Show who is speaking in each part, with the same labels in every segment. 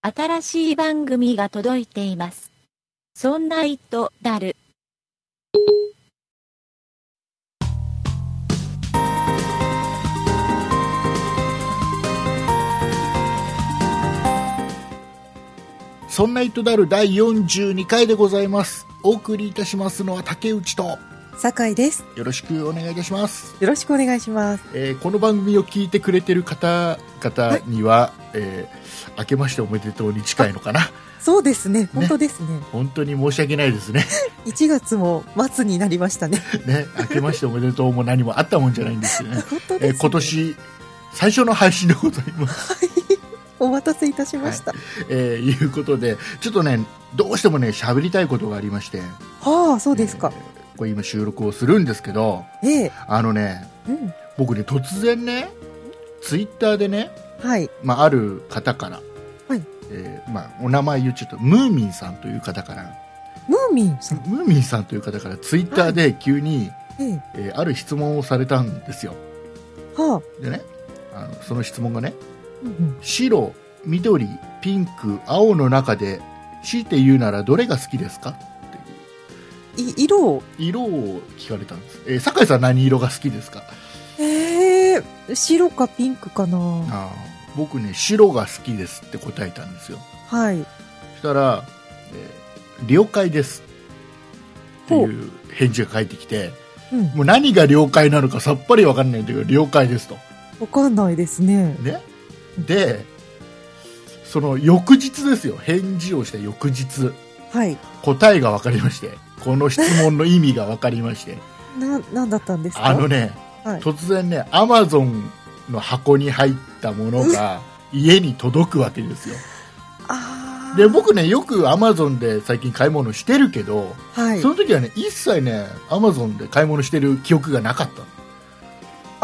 Speaker 1: 新しい番組が届いています。そんな糸だる。
Speaker 2: そんな糸だる第42回でございます。お送りいたしますのは竹内と、
Speaker 3: 酒井です。
Speaker 2: よろしくお願いいたします。
Speaker 3: よろしくお願いします。
Speaker 2: えーこの番組を聞いてくれてる方々には、えー明けましておめでとうに近いのかな。
Speaker 3: そうですね。本当ですね。
Speaker 2: 本当に申し訳ないですね。
Speaker 3: 1月も末になりましたね。
Speaker 2: ね、明けましておめでとうも何もあったもんじゃないんですよね。
Speaker 3: 本当です、ね
Speaker 2: えー今。年、最初の配信でございます。
Speaker 3: お待たせいたしました。
Speaker 2: えーいうことで、ちょっとね、どうしてもね、喋りたいことがありまして、
Speaker 3: はあ、そうですか。
Speaker 2: これ今収録をするんですけど、
Speaker 3: ええ
Speaker 2: あのね、
Speaker 3: うん。
Speaker 2: 僕ね突然ねツイッターでね、
Speaker 3: はい。
Speaker 2: まあ、ある方から、
Speaker 3: はい
Speaker 2: えーまあ、お名前言っちゃうとムーミンさんという方から
Speaker 3: ムーミンさん。
Speaker 2: ムーミンさんという方からツイッターで急に、
Speaker 3: ええ
Speaker 2: えーある質問をされたんですよ
Speaker 3: はあ。
Speaker 2: でねあのその質問がね
Speaker 3: うんうん
Speaker 2: 白緑ピンク青の中で強いて言うならどれが好きですかっていう
Speaker 3: い色を。
Speaker 2: 色を聞かれたんです、えー酒井さん何色が好きですか
Speaker 3: ええ白かピンクかな。
Speaker 2: あー僕ね白が好きですって答えたんですよ
Speaker 3: はい。
Speaker 2: そしたら、えー了解ですっていう返事が返ってきて
Speaker 3: うん。
Speaker 2: もう何が了解なのかさっぱり分かんないんだけど了解ですと
Speaker 3: わかんないですね。
Speaker 2: ねでその翌日ですよ返事をした翌日
Speaker 3: はい。
Speaker 2: 答えが分かりましてこの質問の意味が分かりま して
Speaker 3: な、なんだったんですか
Speaker 2: あのね、
Speaker 3: はい
Speaker 2: 突然ねアマゾンの箱に入ったものが家に届くわけですよ
Speaker 3: あー
Speaker 2: で、僕ねよくアマゾンで最近買い物してるけど
Speaker 3: はい
Speaker 2: そ。の時はね一切ねアマゾンで買い物してる記憶がなかった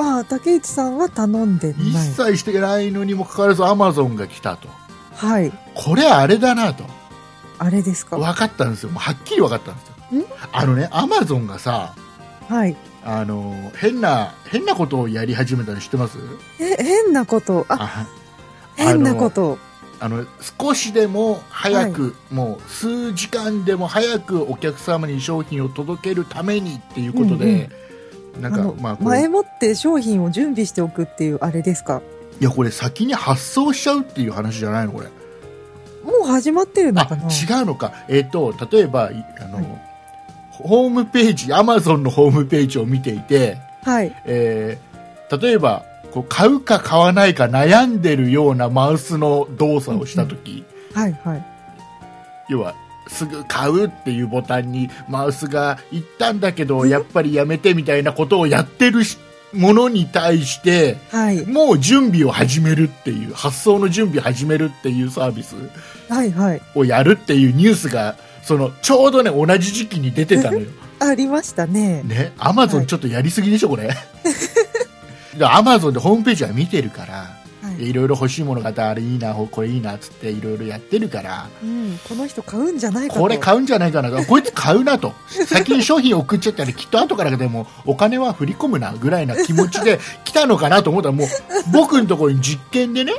Speaker 3: ああ、竹内さんは頼んで
Speaker 2: 一
Speaker 3: ない。
Speaker 2: 切してないのにもかかわらずアマゾンが来たと
Speaker 3: はい。
Speaker 2: これあれだなと
Speaker 3: あれですか。
Speaker 2: 分かったんですよもうはっきり分かったんですよ
Speaker 3: ん
Speaker 2: あのねアマゾンがさ
Speaker 3: はい。
Speaker 2: あの変な変なことをやり始めたの知ってます
Speaker 3: え、変なこと。あ、
Speaker 2: あ
Speaker 3: 変なこと。
Speaker 2: あの少しでも早く、もう数時間でも早くお客様に商品を届けるためにっていうことで、なん
Speaker 3: あ
Speaker 2: か
Speaker 3: の
Speaker 2: まあこれ
Speaker 3: 前もって商品を準備しておくっていうあれですか
Speaker 2: いやこれ先に発送しちゃうっていう話じゃないのこれ
Speaker 3: もう始まってるの
Speaker 2: あ
Speaker 3: かな
Speaker 2: 違うのか、えっと例えばいあの、
Speaker 3: はい
Speaker 2: ホームページアマゾンのホームページを見ていて、
Speaker 3: はい
Speaker 2: えー例えばこう買うか買わないか悩んでるようなマウスの動作をした時、
Speaker 3: はいはい
Speaker 2: 要はすぐ買うっていうボタンにマウスが行ったんだけどやっぱりやめてみたいなことをやってるしものに対して
Speaker 3: はい
Speaker 2: もう準備を始めるっていう発送の準備始めるっていうサービス
Speaker 3: はいはい
Speaker 2: をやるっていうニュースがそのちょうどね同じ時期に出てた のよ
Speaker 3: ありましたね
Speaker 2: ねアマゾ
Speaker 3: は
Speaker 2: ン
Speaker 3: い
Speaker 2: ちょっとやりすぎでしょこ れアマゾンでホームページは見てるから
Speaker 3: はい、
Speaker 2: いろいろ欲しいものがあったらあれいいなこれいいなっつっていろいろやってるから
Speaker 3: うん、この人買うんじゃないかと
Speaker 2: これ買うんじゃないか なとこいつ買うなと先に商品送っちゃったらきっと後からでもお金は振り込むなぐらいな気持ちで来たのかなと思ったらもう僕のところに実験でね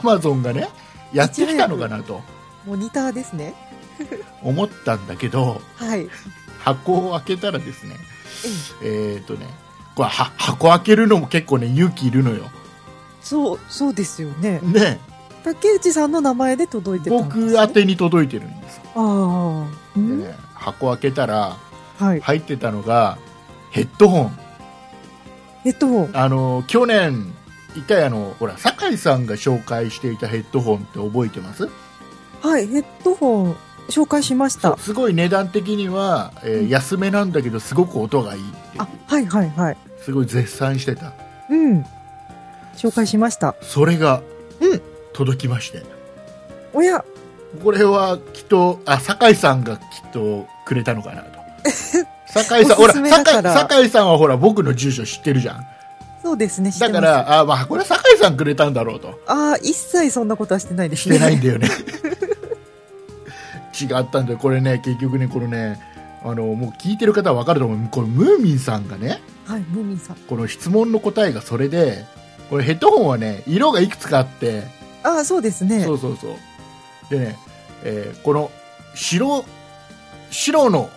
Speaker 2: アマゾンがねやってきたのかなと
Speaker 3: い、モニターですね
Speaker 2: 思ったんだけど
Speaker 3: はい
Speaker 2: 箱を開けたらですね、えっ、とね、これは箱開けるのも結構ね、勇気いるのよ。
Speaker 3: そうそうですよね
Speaker 2: ね、
Speaker 3: 竹内さんの名前で届いてたんです、ね、
Speaker 2: 僕宛てに届いてるんですよ。
Speaker 3: ああ、
Speaker 2: で
Speaker 3: うん
Speaker 2: ね、箱開けたら、
Speaker 3: はい
Speaker 2: 入ってたのが、ヘッドホン。
Speaker 3: えっとはい
Speaker 2: あの、去年、一回あの、ほら、酒井さんが紹介していたヘッドホンって覚えてます
Speaker 3: ヘッドホン紹介しました
Speaker 2: すごい値段的には、えー
Speaker 3: うん
Speaker 2: 安めなんだけど、すごく音がいいっていう
Speaker 3: あはいはいはい
Speaker 2: すごい絶賛してた。
Speaker 3: うん紹介しました
Speaker 2: それが、
Speaker 3: うん
Speaker 2: 届きまして。
Speaker 3: おや
Speaker 2: これはきっとあ酒井さんがきっとくれたのかなと 酒井さんほ
Speaker 3: お
Speaker 2: ら
Speaker 3: すすめだ
Speaker 2: 酒
Speaker 3: か
Speaker 2: 井
Speaker 3: ら
Speaker 2: 酒井さんはほら僕の住所知ってるじゃん
Speaker 3: そうですね知って
Speaker 2: だ
Speaker 3: ます
Speaker 2: からあ、まあ、これは酒井さんくれたんだろうと
Speaker 3: ああ、一切そんなことはしてないです
Speaker 2: し
Speaker 3: ね。
Speaker 2: てないんだよね違ったんだよこれね結局ねこのねあのもう聞いてる方は分かると思うこのムーミンさんがね
Speaker 3: はい、ムーミンさん。
Speaker 2: この質問の答えがそれでこれヘッドホンはね色がいくつかあって
Speaker 3: ああ、そうですね
Speaker 2: そ。うそうそうでね、えーこの白白の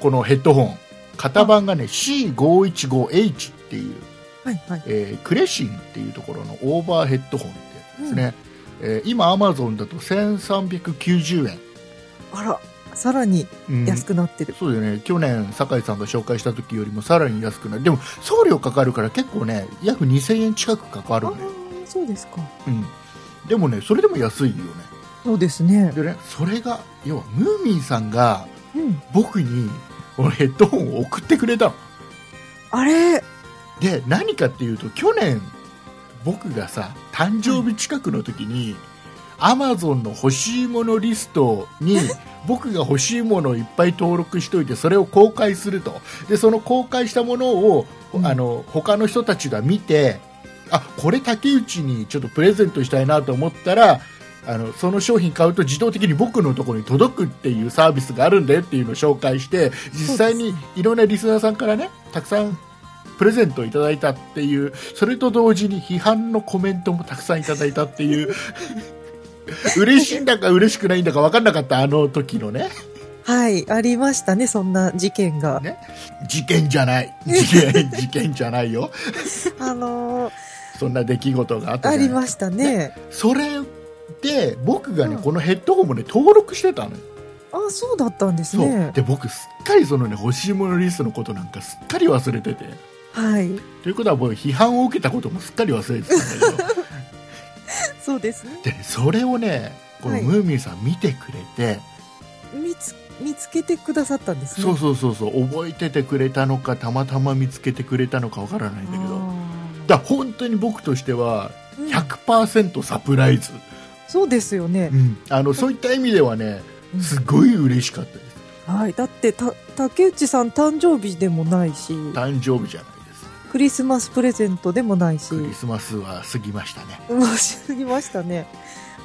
Speaker 2: このヘッドホン型番がね C515H っていう、
Speaker 3: はいはい。
Speaker 2: えークレシンっていうところのオーバーヘッドホンってやつですね、えー今アマゾンだと1390円、
Speaker 3: あら、さらに
Speaker 2: うん
Speaker 3: 安くなってる。
Speaker 2: そうだよね去年酒井さんが紹介した時よりもさらに安くなるでも送料かかるから結構ね約2000円近くかかる
Speaker 3: あ
Speaker 2: の
Speaker 3: あ
Speaker 2: よ、
Speaker 3: ー、そうですか。
Speaker 2: うん、でもねそれでも安いよね
Speaker 3: そうですね。
Speaker 2: でねそれが要はムーミンさんが
Speaker 3: うん。
Speaker 2: 僕に俺ヘッドホンを送ってくれたの
Speaker 3: あれ
Speaker 2: で何かっていうと去年僕がさ誕生日近くの時に、アマゾンの欲しいものリストに僕が欲しいものをいっぱい登録しておいてそれを公開するとでその公開したものを、
Speaker 3: うん
Speaker 2: あの他の人たちが見てあこれ竹内にちょっとプレゼントしたいなと思ったらあのその商品買うと自動的に僕のところに届くっていうサービスがあるんだよっていうのを紹介して実際にいろんなリスナーさんからねたくさんプレゼントをいただいたっていうそれと同時に批判のコメントもたくさんいただいたっていう 嬉しいんだか嬉しくないんだか分かんなかったあの時のね
Speaker 3: はい、ありましたね、そんな事件 が。
Speaker 2: ね事件じゃない事件事件じゃないよ
Speaker 3: あのー
Speaker 2: そんな出来事があった
Speaker 3: あ
Speaker 2: じゃ
Speaker 3: り
Speaker 2: ない
Speaker 3: ましたね。
Speaker 2: それで僕がね、
Speaker 3: うん
Speaker 2: このヘッドホンもね登録してたのよ
Speaker 3: あそうだったんです
Speaker 2: そう、
Speaker 3: ね。
Speaker 2: で僕すっかりそのね欲しいものリストのことなんかすっかり忘れてて
Speaker 3: はい。
Speaker 2: ということはもう批判を受けたこともすっかり忘れてたんだけど
Speaker 3: そうですね。
Speaker 2: でねそれをねこの
Speaker 3: はい
Speaker 2: ムーミンさん見てくれて、
Speaker 3: 見つ、見つけてくださったんですね。
Speaker 2: そうそうそうそう覚えててくれたのかたまたま見つけてくれたのかわからないんだけどだから本当に僕としては
Speaker 3: あーうん
Speaker 2: 100%サプライズ、
Speaker 3: そうですよね
Speaker 2: う。んあのそういった意味ではね
Speaker 3: うん
Speaker 2: すごい嬉しかったです
Speaker 3: はい。だって、た、竹内さん誕生日でもないし、
Speaker 2: 誕生日じゃないです
Speaker 3: クリスマスプレゼントでもないし、
Speaker 2: クリスマスは過ぎましたね
Speaker 3: もうしすぎましたね。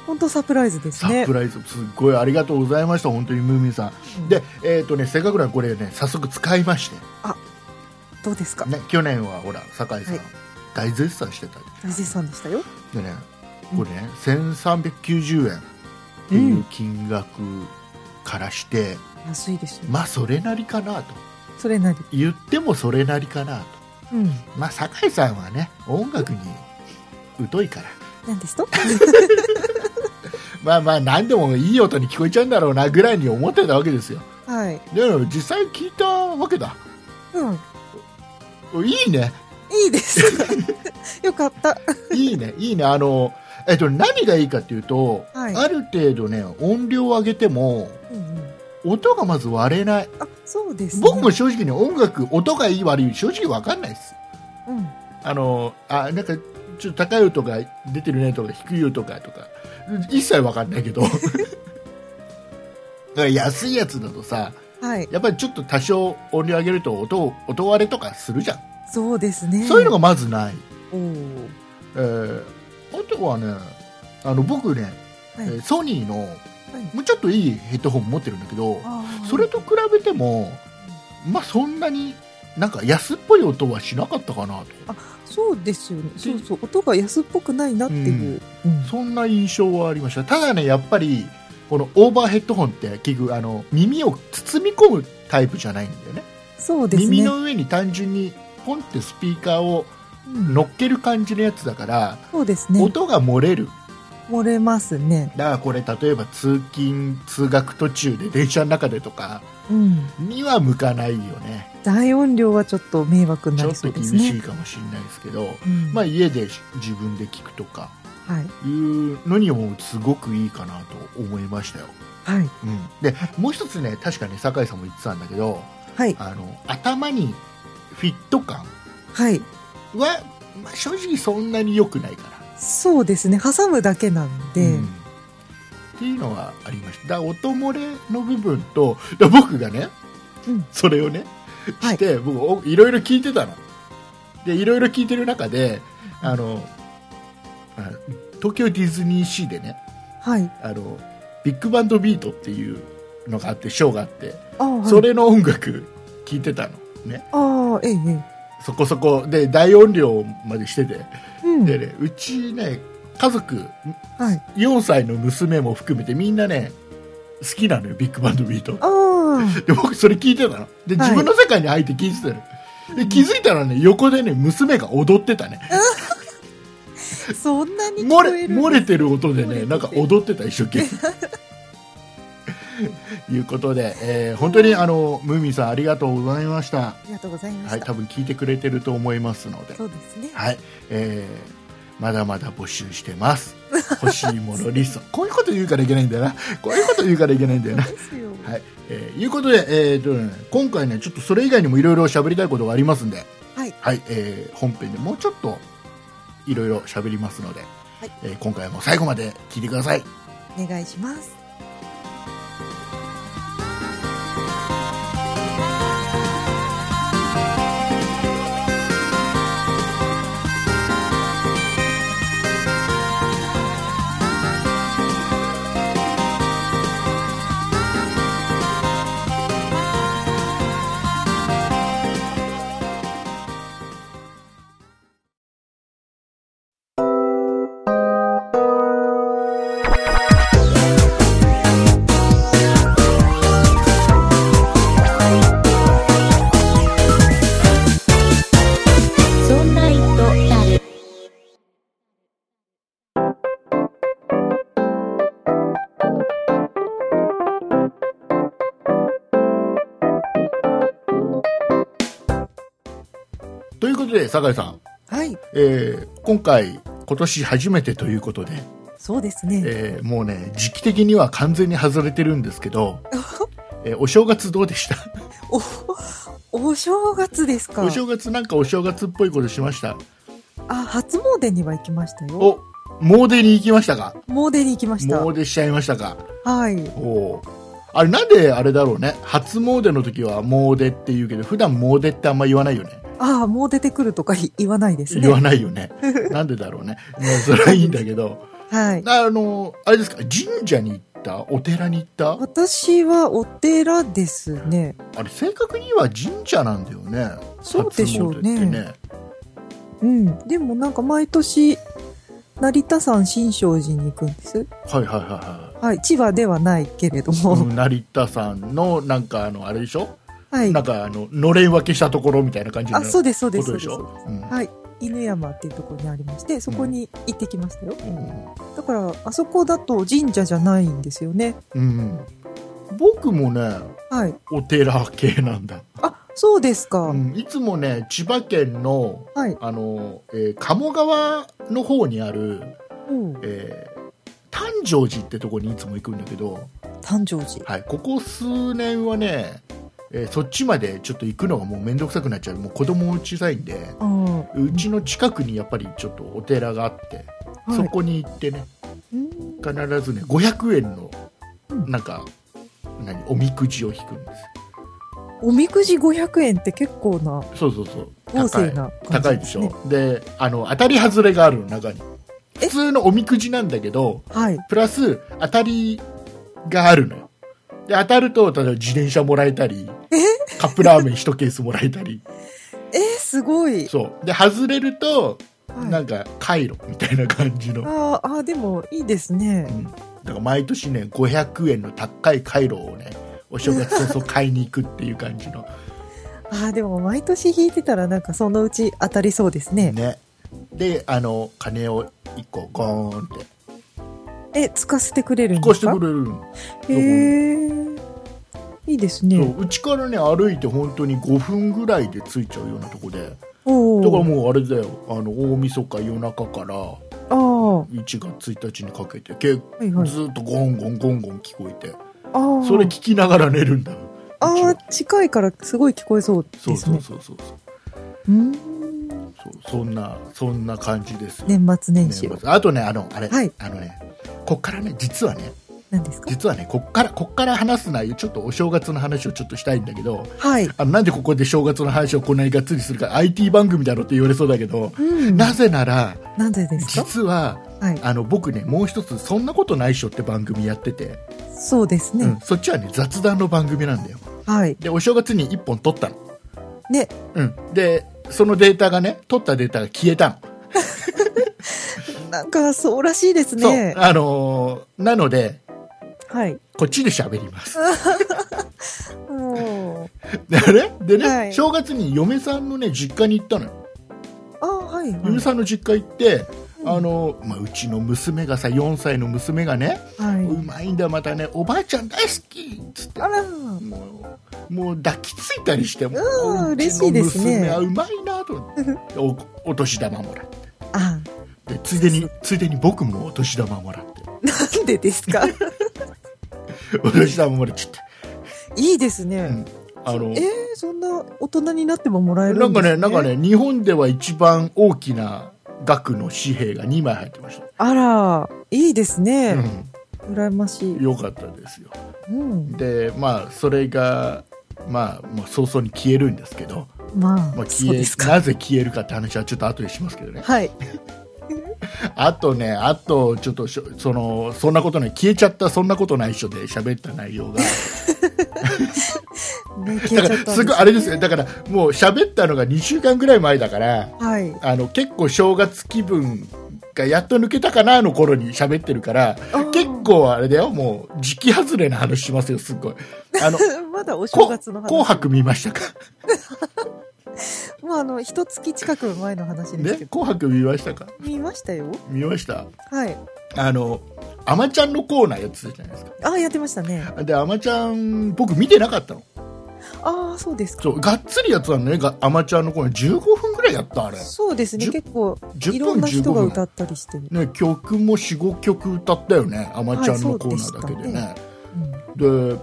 Speaker 3: 本当サプライズです
Speaker 2: サ
Speaker 3: ね
Speaker 2: プ。ライズすっごいありがとうございました本当にムーミンさ
Speaker 3: うん
Speaker 2: んでえっ、とねせっかくなんでこれね早速使いまして
Speaker 3: どうですか
Speaker 2: ね去年はほら酒井さん、
Speaker 3: はい
Speaker 2: 大絶賛してた
Speaker 3: 大絶賛でしたよ。
Speaker 2: でね
Speaker 3: うん
Speaker 2: これね、1390円っていう金額からして、
Speaker 3: 安いですね。
Speaker 2: まあそれなりかなと
Speaker 3: それなり。
Speaker 2: 言ってもそれなりかなと
Speaker 3: うん。
Speaker 2: まあ酒井さんはね音楽に疎いから
Speaker 3: 何で すと
Speaker 2: まあまあ何でもいい音に聞こえちゃうんだろうなぐらいに思ってたわけですよ
Speaker 3: はい。
Speaker 2: でも実際聞いたわけだ
Speaker 3: うん。
Speaker 2: いいね
Speaker 3: いいです。 よかった。
Speaker 2: いいねいいねあのえっと何がいいかっていうと、
Speaker 3: はい
Speaker 2: ある程度ね音量を上げても
Speaker 3: うんうん。
Speaker 2: 音がまず割れない
Speaker 3: あ、そうです、ね。
Speaker 2: 僕も正直に音楽音がいい悪い正直わかんないです
Speaker 3: うん。
Speaker 2: あのあなんかちょっと高い音が出てるねとか低い音がとか一切わかんない けどだから安いやつだとさ
Speaker 3: はい。
Speaker 2: やっぱりちょっと多少音量上げると音を音割れとかするじゃん、
Speaker 3: そうですね。
Speaker 2: そういうのがまずない、
Speaker 3: おー
Speaker 2: えーあとはねあの僕ね、
Speaker 3: はい
Speaker 2: えーソニーの
Speaker 3: い
Speaker 2: もうちょっといいヘッドホン持ってるんだけど
Speaker 3: あー
Speaker 2: それと比べてもまあそんなになんか安っぽい音はしなかったかなと
Speaker 3: そうですよね。そうそう。音が安っぽくないなっていう。うん
Speaker 2: そんな印象はありましたただねやっぱりこのオーバーヘッドホンって結局あの耳を包み込むタイプじゃないんだよね
Speaker 3: そうですね。
Speaker 2: 耳の上に単純にポンってスピーカーを
Speaker 3: うん
Speaker 2: 乗っける感じのやつだから、
Speaker 3: そうですね。
Speaker 2: 音が漏れる
Speaker 3: 漏れますね。
Speaker 2: だからこれ例えば通勤通学途中で電車の中でとか
Speaker 3: うん。
Speaker 2: には向かないよね
Speaker 3: 大音量はちょっと迷惑に
Speaker 2: ち
Speaker 3: な
Speaker 2: ょ
Speaker 3: り
Speaker 2: っ
Speaker 3: そ
Speaker 2: と
Speaker 3: うで
Speaker 2: 厳
Speaker 3: すね。
Speaker 2: しいかもしれないですけど、
Speaker 3: うん
Speaker 2: まあ家で自分で聞くとか
Speaker 3: はい。
Speaker 2: いうのにもすごくいいかなと思いましたよ
Speaker 3: はい。
Speaker 2: うん、でもう一つね確かね酒井さんも言ってたんだけど
Speaker 3: はい。
Speaker 2: あの頭にフィット感
Speaker 3: はい。
Speaker 2: は、まあ、正直そんなに良くないか
Speaker 3: そうですね。挟むだけなん
Speaker 2: ら、
Speaker 3: で。
Speaker 2: うんっていうのはありましただ音漏れの部分とだ僕がね、
Speaker 3: うん
Speaker 2: それをね
Speaker 3: はい
Speaker 2: して、僕おいろいろ聞いてたのでいろいろ聞いてる中であのあ東京ディズニーシーでね
Speaker 3: はい。
Speaker 2: あのビッグバンドビートっていうのがあってショーがあって
Speaker 3: ああ、はい、
Speaker 2: それの音楽聞いてたのね
Speaker 3: ああ、ええ、え
Speaker 2: そこそこで大音量までしてて、
Speaker 3: え。うん。
Speaker 2: でねうちね家族
Speaker 3: はい。
Speaker 2: 4歳の娘も含めてみんなね好きなのよビッグバンドビート
Speaker 3: ああ。
Speaker 2: で僕それ聞いてたので
Speaker 3: はい
Speaker 2: 自分の世界に入って聞いてたの、で気づいたらね横でね娘が踊ってたね
Speaker 3: そんなに聞
Speaker 2: 漏
Speaker 3: こ
Speaker 2: れ
Speaker 3: えるん
Speaker 2: 漏れてる音で
Speaker 3: 漏れ
Speaker 2: ね
Speaker 3: てて
Speaker 2: なんか踊ってた一生懸 命いうことで、えー本当にあのムーミンさんありがとうございました
Speaker 3: ありがとうございま
Speaker 2: はい
Speaker 3: した。
Speaker 2: 多分聞いてくれてると思いますので
Speaker 3: そうですね。
Speaker 2: はい、えーまだまだ募集してます。欲しいものリ スト。こういうこと言うからいけないんだよな。こういうこと言うからいけないんだよな。
Speaker 3: ですよ。
Speaker 2: はい。えーいうことで、えーとね、今回ね、ちょっとそれ以外にもいろいろ喋りたいことがありますんで、
Speaker 3: はい。
Speaker 2: はい、えー本編でもうちょっといろいろ喋りますので、
Speaker 3: い
Speaker 2: えー今回も最後まで聞いてください。
Speaker 3: お願いします。
Speaker 1: そんな糸だる。
Speaker 2: ということで、酒井さん、
Speaker 3: はい。
Speaker 2: えー今回、今年初めてということで、
Speaker 3: そうですね。
Speaker 2: えーもうね、時期的には完全に外れてるんですけ ど、えーお正月どうでした
Speaker 3: お、お正月ですか
Speaker 2: お。正月なんかお正月っぽいことしました
Speaker 3: あ、初詣には行きましたよ。
Speaker 2: お詣に行きましたか
Speaker 3: 詣に行きました。
Speaker 2: 詣しちゃいましたか
Speaker 3: はい。
Speaker 2: おーあれなんであれだろうね初詣の時は詣って言うけど普段詣ってあんま言わないよね
Speaker 3: ああ、もう出てくるとかい言わないですね
Speaker 2: 言。わないよ ねなんでだろうねまあそれはいいんだけど
Speaker 3: はい。
Speaker 2: あのあれですか神社に行ったお寺に行った
Speaker 3: 私はお寺ですね。
Speaker 2: あれ正確には神社なんだよね
Speaker 3: そうでしょうね
Speaker 2: 初詣ってね
Speaker 3: うん。でもなんか毎年、成田山新勝寺に行くんです。
Speaker 2: はいはいはいは
Speaker 3: はい。千葉ではないけれども。
Speaker 2: いうん成田さんのなんかあのあれでしょ、
Speaker 3: はい
Speaker 2: な。んかあののれん分けしたところみたいな感じの
Speaker 3: あ、そうです、そうです。
Speaker 2: ことでし
Speaker 3: そう
Speaker 2: ょ
Speaker 3: です。
Speaker 2: うん
Speaker 3: はい。犬山っていうところにありまして、そこに行ってきましたよ。
Speaker 2: うん
Speaker 3: だから、あそこだと神社じゃないんですよね。
Speaker 2: うん僕もね
Speaker 3: はい。
Speaker 2: お寺系なんだ、
Speaker 3: あ、そうですか。
Speaker 2: うんいつもね千葉県の
Speaker 3: はい。
Speaker 2: あの、えー鴨川の方にある、
Speaker 3: うん
Speaker 2: えー誕生寺ってとこにいつも行くんだけど、
Speaker 3: 誕生寺。
Speaker 2: はい、ここ数年はね、えーそっちまでちょっと行くのがもう面倒くさくなっちゃうもう子供も小さいんで
Speaker 3: ああ、
Speaker 2: うちの近くにやっぱりちょっとお寺があって、
Speaker 3: はい
Speaker 2: そこに行ってね
Speaker 3: うん
Speaker 2: 必ずね500円の
Speaker 3: うん
Speaker 2: なんか、何おみくじを引くんです
Speaker 3: おみくじ500円って結構な
Speaker 2: そうそうそう高
Speaker 3: 豪勢
Speaker 2: い
Speaker 3: な感
Speaker 2: 高
Speaker 3: じ
Speaker 2: い
Speaker 3: で
Speaker 2: ですし
Speaker 3: ね。
Speaker 2: ょであの当たり外れがあるの中に
Speaker 3: え
Speaker 2: 普通のおみくじなんだけど
Speaker 3: はい。
Speaker 2: プラス当たりがあるのよで当たると例えば自転車もらえたりカップラーメン1ケースもらえたり
Speaker 3: えー、すごい。
Speaker 2: そうで外れると、
Speaker 3: は、
Speaker 2: ないんかカイロみたいな感じの、だ
Speaker 3: あーあー、でもいいですね。
Speaker 2: から毎年ね500円の高いカイロをねお正月早々買いに行くっていう感じの
Speaker 3: ああ、でも毎年弾いてたらなんかそのうち当たりそうですね。
Speaker 2: ねであの鐘を1個ゴーンって
Speaker 3: え、つかせてくれるん
Speaker 2: こうし
Speaker 3: で
Speaker 2: て
Speaker 3: すか
Speaker 2: くれるの
Speaker 3: へえ。いいです
Speaker 2: そ
Speaker 3: ね。
Speaker 2: ううちからね歩いて本当に5分ぐらいで着いちゃうようなとこでだか
Speaker 3: お
Speaker 2: ら
Speaker 3: お。
Speaker 2: もうあれだよあの大晦日夜中から
Speaker 3: ああ、は
Speaker 2: 1月1日にかけて結構
Speaker 3: いはい。
Speaker 2: ずっとゴンゴンゴンゴン聞こえて
Speaker 3: あー
Speaker 2: それ聞きながら寝るんだよ
Speaker 3: あ
Speaker 2: うちは
Speaker 3: ー、近いからすごい聞こえそうです
Speaker 2: そ
Speaker 3: ね。
Speaker 2: うそうそうそうそう
Speaker 3: うーん。
Speaker 2: そうそんなそんな感じですよ、
Speaker 3: 年末年
Speaker 2: 年
Speaker 3: 始
Speaker 2: 末
Speaker 3: を。
Speaker 2: あとねあのあれ、
Speaker 3: はい
Speaker 2: あのねこっからね実はね
Speaker 3: 何ですか
Speaker 2: 実はねこっからこっから話す内容ちょっとお正月の話をちょっとしたいんだけど
Speaker 3: はい。
Speaker 2: あのなんでここで正月の話をこんなにがっつりするか IT 番組だろって言われそうだけど
Speaker 3: うん。
Speaker 2: なぜなら
Speaker 3: なんでですか
Speaker 2: 実は
Speaker 3: はい。
Speaker 2: あの僕ねもう一つ「そんなことないっしょ」って番組やってて、
Speaker 3: そうです
Speaker 2: うん
Speaker 3: ね。
Speaker 2: そっちはね雑談の番組なんだよ
Speaker 3: はい。
Speaker 2: でお正月に1本撮ったの、
Speaker 3: ね。
Speaker 2: うん、でそのデータがね撮ったデータが消えたの
Speaker 3: なんかそうらしいです
Speaker 2: そう、
Speaker 3: ね。
Speaker 2: あのーなので、
Speaker 3: はい。
Speaker 2: こっちで喋ります。
Speaker 3: もう、
Speaker 2: でね、でね、
Speaker 3: はい
Speaker 2: 正月に嫁さんのね、実家に行ったのよ。
Speaker 3: あはい。はい
Speaker 2: 嫁さんの実家行って、
Speaker 3: うん
Speaker 2: あのーまあ、うちの娘がさ、4歳の娘がね、
Speaker 3: は
Speaker 2: うまいんだ、またね、おばあちゃん大好きっつって
Speaker 3: い。あ。ら、う
Speaker 2: もうもう抱きついたりしても
Speaker 3: うん
Speaker 2: うちの
Speaker 3: 嬉しいですね
Speaker 2: 娘はうまいなと思っておお年玉もらって
Speaker 3: あ、
Speaker 2: でついでについでに僕もお年玉もらって
Speaker 3: なんでです か
Speaker 2: お年玉もらっちゃって
Speaker 3: いいです
Speaker 2: うん
Speaker 3: ね。
Speaker 2: あの
Speaker 3: えー、そんな大人になってももらえる
Speaker 2: なんん
Speaker 3: で
Speaker 2: か
Speaker 3: す
Speaker 2: ねなんか。ね日本では一番大きな額の紙幣が2枚入ってまし
Speaker 3: あら、いいです
Speaker 2: た、
Speaker 3: ね。羨まし
Speaker 2: う
Speaker 3: い
Speaker 2: ん、。よかったですよ
Speaker 3: うん。
Speaker 2: でまあそれがまあ、まあ、早々に消えるんですけど、まあ、
Speaker 3: まあ、そう
Speaker 2: 消え
Speaker 3: ですか。
Speaker 2: なぜ消えるかって話はちょっと後でしますけどね
Speaker 3: はい。
Speaker 2: あとね、あとちょっとしょそのそんなことない消えちゃったそんなことないっしょで喋った内 容が
Speaker 3: ね、消
Speaker 2: だか
Speaker 3: えちゃったん
Speaker 2: らすごいあれですよだからもう喋ったのが2週間ぐらい前だから
Speaker 3: はい。
Speaker 2: あの結構正月気分がやっと抜けたかなの頃に喋ってるから
Speaker 3: ー
Speaker 2: 結構あれだよもう時期外れな話しますよすっごいあ の
Speaker 3: まだお正
Speaker 2: こ
Speaker 3: 月の
Speaker 2: 紅
Speaker 3: 話。
Speaker 2: 白見ましたか
Speaker 3: もうあの、一月近く前の話ですけ
Speaker 2: ね
Speaker 3: ど。
Speaker 2: 紅白見ましたか
Speaker 3: 見ましたよ。
Speaker 2: 見ました
Speaker 3: はい。
Speaker 2: あのあまちゃんのコーナーやってたじゃないです
Speaker 3: ああ、やってましたね。
Speaker 2: かであまちゃん僕見てなかったの
Speaker 3: ああ、そうですか。
Speaker 2: そうがっつりやつなんだねがアマチュアの頃15分ぐらいやったあれ
Speaker 3: そうですね。
Speaker 2: 10
Speaker 3: 結構、い
Speaker 2: 10
Speaker 3: ろ
Speaker 2: 分
Speaker 3: んな人が
Speaker 2: 15
Speaker 3: 歌
Speaker 2: 分
Speaker 3: ったりしてる。
Speaker 2: ね、曲も45曲歌ったよねアマチュアのコーナーだけでね、
Speaker 3: はうん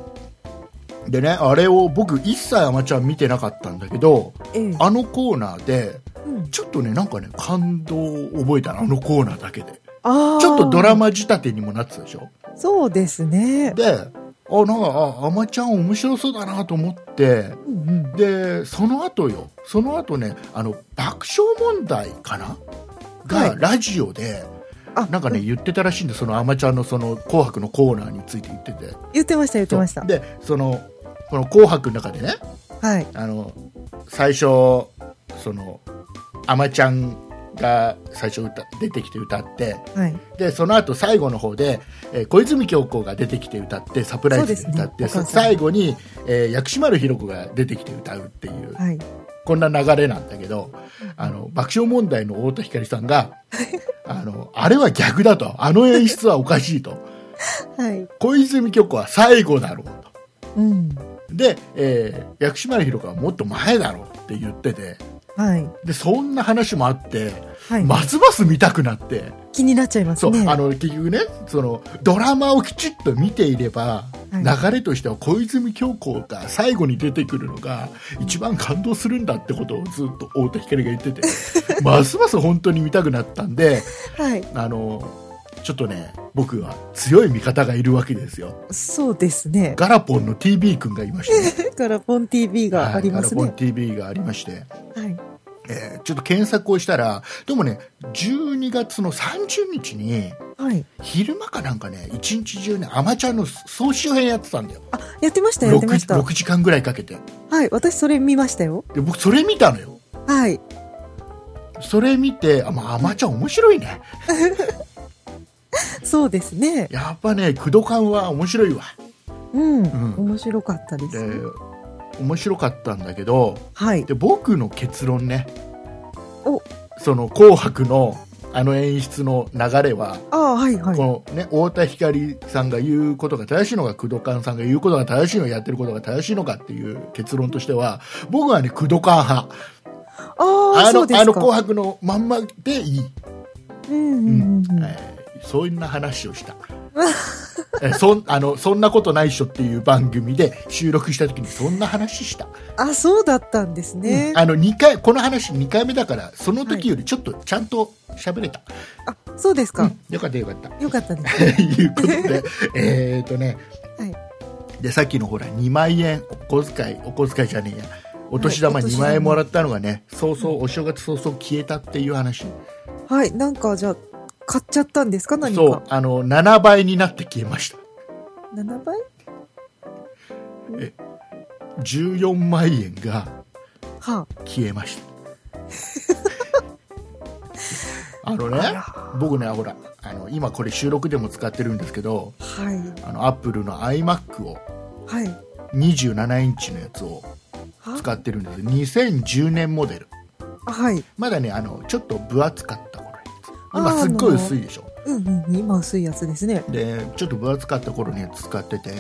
Speaker 2: ででねあれを僕一切アマチュア見てなかったんだけど
Speaker 3: ええ。
Speaker 2: あのコーナーで
Speaker 3: うん
Speaker 2: ちょっとねなんかね感動を覚えたのあのコーナーだけで
Speaker 3: あー
Speaker 2: ちょっとドラマ仕立てにもなってたでしょ
Speaker 3: そうですね。
Speaker 2: であなんかあアマちゃん面白そうだなと思って
Speaker 3: うんうん。
Speaker 2: でその後よその後ねあの爆笑問題かな
Speaker 3: は
Speaker 2: が
Speaker 3: い
Speaker 2: ラジオで、
Speaker 3: あ
Speaker 2: なんかね、言ってたらしいんでそのアマちゃんのその紅白のコーナーについて言ってて
Speaker 3: 言ってました、言ってました。
Speaker 2: でそのこの紅白の中でね
Speaker 3: はい。
Speaker 2: あの最初そのアマちゃんが最初歌出てきて歌って
Speaker 3: はい。
Speaker 2: でその後最後の方で、えー小泉今日子が出てきて歌ってサプライズで歌って、
Speaker 3: そうですねお母さん
Speaker 2: そ最後に、えー薬師丸ひろ子が出てきて歌うっていう
Speaker 3: はい。
Speaker 2: こんな流れなんだけど、あの、爆笑問題の太田光さん が、あの、あれは逆だと。あの演出はおかしいと。
Speaker 3: はい。
Speaker 2: 小泉京子は最後だろうと。
Speaker 3: うん。
Speaker 2: で、えー薬師丸ひろ子はもっと前だろうって言ってて、
Speaker 3: はい。
Speaker 2: で、そんな話もあって、
Speaker 3: はい。
Speaker 2: ますます見たくなって、
Speaker 3: 気になっちゃいます
Speaker 2: そう、
Speaker 3: ね。
Speaker 2: あの、結局ね、その、ドラマをきちっと見ていれば、
Speaker 3: はい
Speaker 2: 流れとしては小泉京子が最後に出てくるのが一番感動するんだってことをずっと太田光が言ってて ますます本当に見たくなったんで
Speaker 3: はい。
Speaker 2: あのちょっとね僕は強い味方がいるわけですよ
Speaker 3: そうですね。
Speaker 2: ガラポンの TV 君がいまして、ね、
Speaker 3: だから、ポン TV があります
Speaker 2: はいガラ
Speaker 3: ね。
Speaker 2: ポン TV がありまして、
Speaker 3: はい。
Speaker 2: えーちょっと検索をしたらでもね12月の30日に
Speaker 3: はい。
Speaker 2: 昼間かなんかね一日中ねアマチュアの総集編やってたんだよ
Speaker 3: あ、やってました、やってまし
Speaker 2: 6,
Speaker 3: た。
Speaker 2: 6時間ぐらいかけて
Speaker 3: はい。私、それ見ましたよ。
Speaker 2: で僕それ見たのよ
Speaker 3: はい。
Speaker 2: それ見て、あ、まあ、アマちゃん面白いね。
Speaker 3: そうですね。
Speaker 2: やっぱね、クドカンは面白いわ。
Speaker 3: うん。
Speaker 2: ん
Speaker 3: 面白かったです
Speaker 2: で
Speaker 3: ね。、
Speaker 2: 面白かったんだけど、
Speaker 3: はい。
Speaker 2: で、僕の結論ね。
Speaker 3: お
Speaker 2: その紅白の、あの演出の流れは、
Speaker 3: ああ、はい、はい。
Speaker 2: このね、太田光さんが言うことが正しいのか、クドカンさんが言うことが正しいのか、やってることが正しいのかっていう結論としては、僕はね、クドカン派。
Speaker 3: ああ、
Speaker 2: あの、
Speaker 3: そうで
Speaker 2: あ
Speaker 3: す
Speaker 2: の
Speaker 3: か。
Speaker 2: 紅白のまんまでいい。
Speaker 3: うんうんうんうん。
Speaker 2: えーそんな話をした。えーそん あのそんなことないっしょっていう番組で収録した時にそんな話した、
Speaker 3: あ、そうだったんですね。
Speaker 2: あの2回この話2回目だからその時よりちょっとちゃんと喋れた、
Speaker 3: あ、そうです
Speaker 2: う
Speaker 3: か。
Speaker 2: んよかったよかった
Speaker 3: よかったです。
Speaker 2: ということ でえっとね、
Speaker 3: はい
Speaker 2: でさっきのほら2万円お小遣いお小遣いじゃねえやお年玉
Speaker 3: はいお年
Speaker 2: 2
Speaker 3: 玉
Speaker 2: 万円もらったのがね、そうそうお正月早々消えたっていう話
Speaker 3: はい、なんかじゃあ、買っちゃったんですか何
Speaker 2: そ
Speaker 3: か
Speaker 2: う。あの7倍になって消えました
Speaker 3: 7倍
Speaker 2: 14万円が
Speaker 3: は
Speaker 2: 消えましたあの
Speaker 3: あ。
Speaker 2: ね
Speaker 3: ら
Speaker 2: 僕ねほらあの今これ収録でも使ってるんですけど
Speaker 3: はい。
Speaker 2: あのアップルの iMac を
Speaker 3: はい。
Speaker 2: 27インチのやつを使
Speaker 3: は
Speaker 2: ってるんです2010年モデル
Speaker 3: はい。
Speaker 2: まだねあのちょっと分厚かった頃のやつ
Speaker 3: あー
Speaker 2: 今すっごい薄いでしょ
Speaker 3: うんうん。今薄いやつですね。
Speaker 2: でちょっと分厚かった頃のやつ使ってて、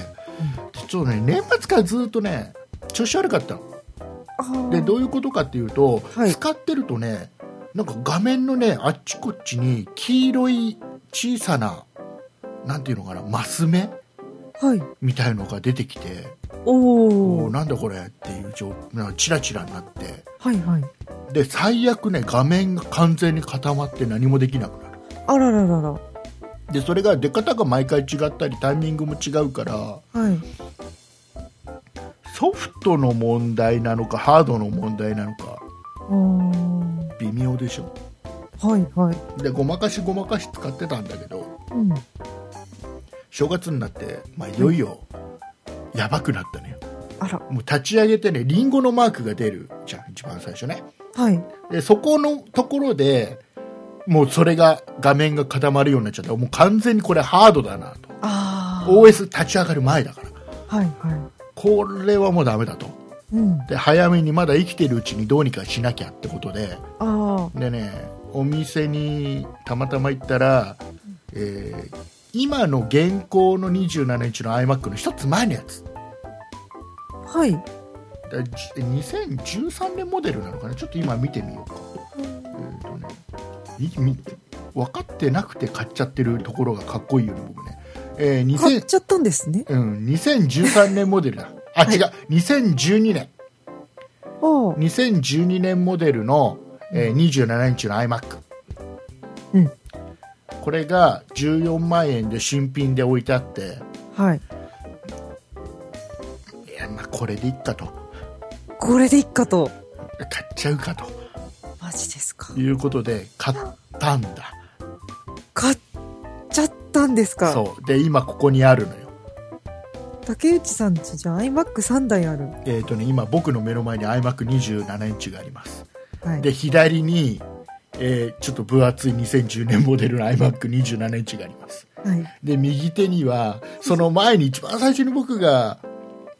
Speaker 2: ちょっとね年末からずっとね調子悪かったの
Speaker 3: あー
Speaker 2: でどういうことかっていうと、
Speaker 3: はい
Speaker 2: 使ってるとねなんか画面のねあっちこっちに黄色い小さななんていうのかなマス目
Speaker 3: はい。
Speaker 2: みたいのが出てきて、
Speaker 3: お
Speaker 2: おー
Speaker 3: ー。
Speaker 2: なんだこれっていう状なんかチラチラになって
Speaker 3: はいはい。
Speaker 2: で最悪ね画面が完全に固まって何もできなくなる
Speaker 3: あらららら。
Speaker 2: でそれが出方が毎回違ったりタイミングも違うから
Speaker 3: はい。
Speaker 2: ソフトの問題なのかハードの問題なのか
Speaker 3: あー。
Speaker 2: 微妙でしょ
Speaker 3: はいはい。
Speaker 2: でごまかしごまかし使ってたんだけど
Speaker 3: うん。
Speaker 2: 正月になって、まあ、いよいよやばくなったね
Speaker 3: あら。
Speaker 2: もう立ち上げてねリンゴのマークが出るじゃん一番最初ね
Speaker 3: はい。
Speaker 2: でそこのところでもうそれが画面が固まるようになっちゃったもう完全にこれハードだなと
Speaker 3: あー。
Speaker 2: OS 立ち上がる前だから
Speaker 3: はいは
Speaker 2: これはもうダメだと
Speaker 3: い。うん。
Speaker 2: で早めにまだ生きてるうちにどうにかしなきゃってことで
Speaker 3: あ
Speaker 2: でねお店にたまたま行ったら、えー今の現行の27インチの iMac の一つ前のやつ
Speaker 3: あ。はい。
Speaker 2: だじ2013年モデルなのかなちょっと今見てみようか、えーとね、いみ分かってなくて買っちゃってるところがかっこいいよね僕ね、えー
Speaker 3: 買っ
Speaker 2: 2000
Speaker 3: ちゃったんですね。
Speaker 2: うん、2013年モデルだあ違う、2012年
Speaker 3: ああ。
Speaker 2: 2012年モデルの、えー27インチの iMac、
Speaker 3: うん
Speaker 2: これが14万円で新品で置いてあって
Speaker 3: はい。
Speaker 2: いやまあこれでいっかと
Speaker 3: これでいっかと。
Speaker 2: 買っちゃうかと
Speaker 3: マジですか。
Speaker 2: いうことで買ったんだ
Speaker 3: 買っちゃったんですか。
Speaker 2: そうで今ここにあるのよ
Speaker 3: 竹内さんちじゃあ iMac3 台ある。
Speaker 2: えっ、とね今僕の目の前に iMac27 インチがあります
Speaker 3: はい。
Speaker 2: で左に、えーちょっと分厚い2010年モデルの iMac27 インチがあります
Speaker 3: はい。
Speaker 2: で右手にはその前に一番最初に僕が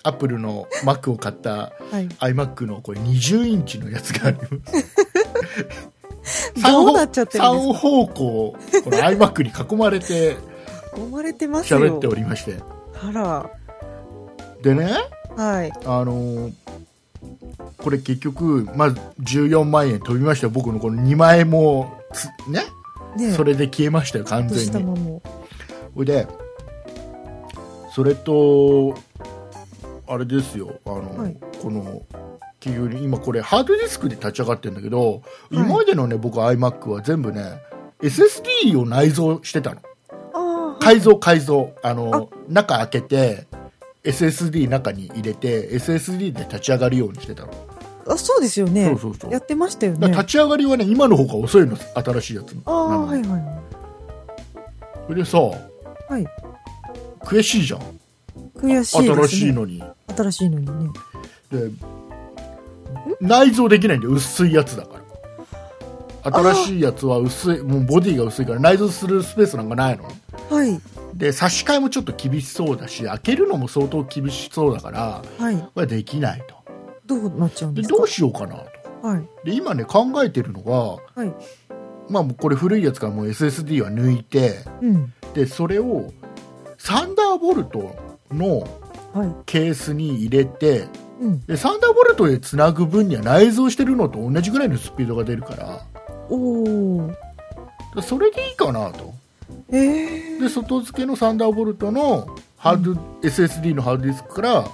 Speaker 2: アップルの Mac を買った
Speaker 3: はい。
Speaker 2: iMac のこれ20インチのやつがあります
Speaker 3: どうなっちゃってるんです
Speaker 2: 3方向この iMac に囲まれて
Speaker 3: か。囲まれてますよ。
Speaker 2: 喋っておりまして
Speaker 3: あら。
Speaker 2: でね
Speaker 3: はい。
Speaker 2: あのーこれ結局まず14万円飛びましたよ僕のこの2万円もつね
Speaker 3: ね
Speaker 2: それで消えましたよ完
Speaker 3: 落とし
Speaker 2: 全
Speaker 3: た
Speaker 2: に
Speaker 3: まま。
Speaker 2: ほいでそれとあれですよあの、
Speaker 3: はい
Speaker 2: この企業に今これハードディスクで立ち上がってるんだけど、
Speaker 3: い
Speaker 2: 今までのね僕 iMac は全部ね SSD を内蔵してたの
Speaker 3: ああ。
Speaker 2: 改造改造あの中開けて SSD 中に入れて SSD で立ち上がるようにしてたの、
Speaker 3: あ、そうですよね。
Speaker 2: そうそうそう
Speaker 3: やってましたよ
Speaker 2: だから
Speaker 3: ね。
Speaker 2: 立ち上がりはね今の方が遅いの新しいやつの
Speaker 3: ああ、
Speaker 2: なの
Speaker 3: はい
Speaker 2: に
Speaker 3: はい。
Speaker 2: それでさ
Speaker 3: はい。
Speaker 2: 悔しいじゃん
Speaker 3: 悔しいです、ね。
Speaker 2: 新しい。のに
Speaker 3: 新しいのにね。
Speaker 2: で内蔵できないんだよ薄いやつだから新しいやつは薄いもうボディが薄いから内蔵するスペースなんかないの
Speaker 3: はい。
Speaker 2: で差し替えもちょっと厳しそうだし開けるのも相当厳しそうだから
Speaker 3: はい。
Speaker 2: これはできないと
Speaker 3: どうなっちゃうん
Speaker 2: で
Speaker 3: です
Speaker 2: ど
Speaker 3: か
Speaker 2: うしようかなと
Speaker 3: はい。
Speaker 2: で今ね考えてるのが
Speaker 3: はい。
Speaker 2: まあもうこれ古いやつからもう SSD は抜いて
Speaker 3: うん。
Speaker 2: でそれをサンダーボルトの
Speaker 3: はい。
Speaker 2: ケースに入れて
Speaker 3: うん。
Speaker 2: でサンダーボルトでつなぐ分には内蔵してるのと同じぐらいのスピードが出るから
Speaker 3: おお。
Speaker 2: それでいいかなと
Speaker 3: ええ
Speaker 2: で外付けのサンダーボルトのハード、SSD のハードディスクから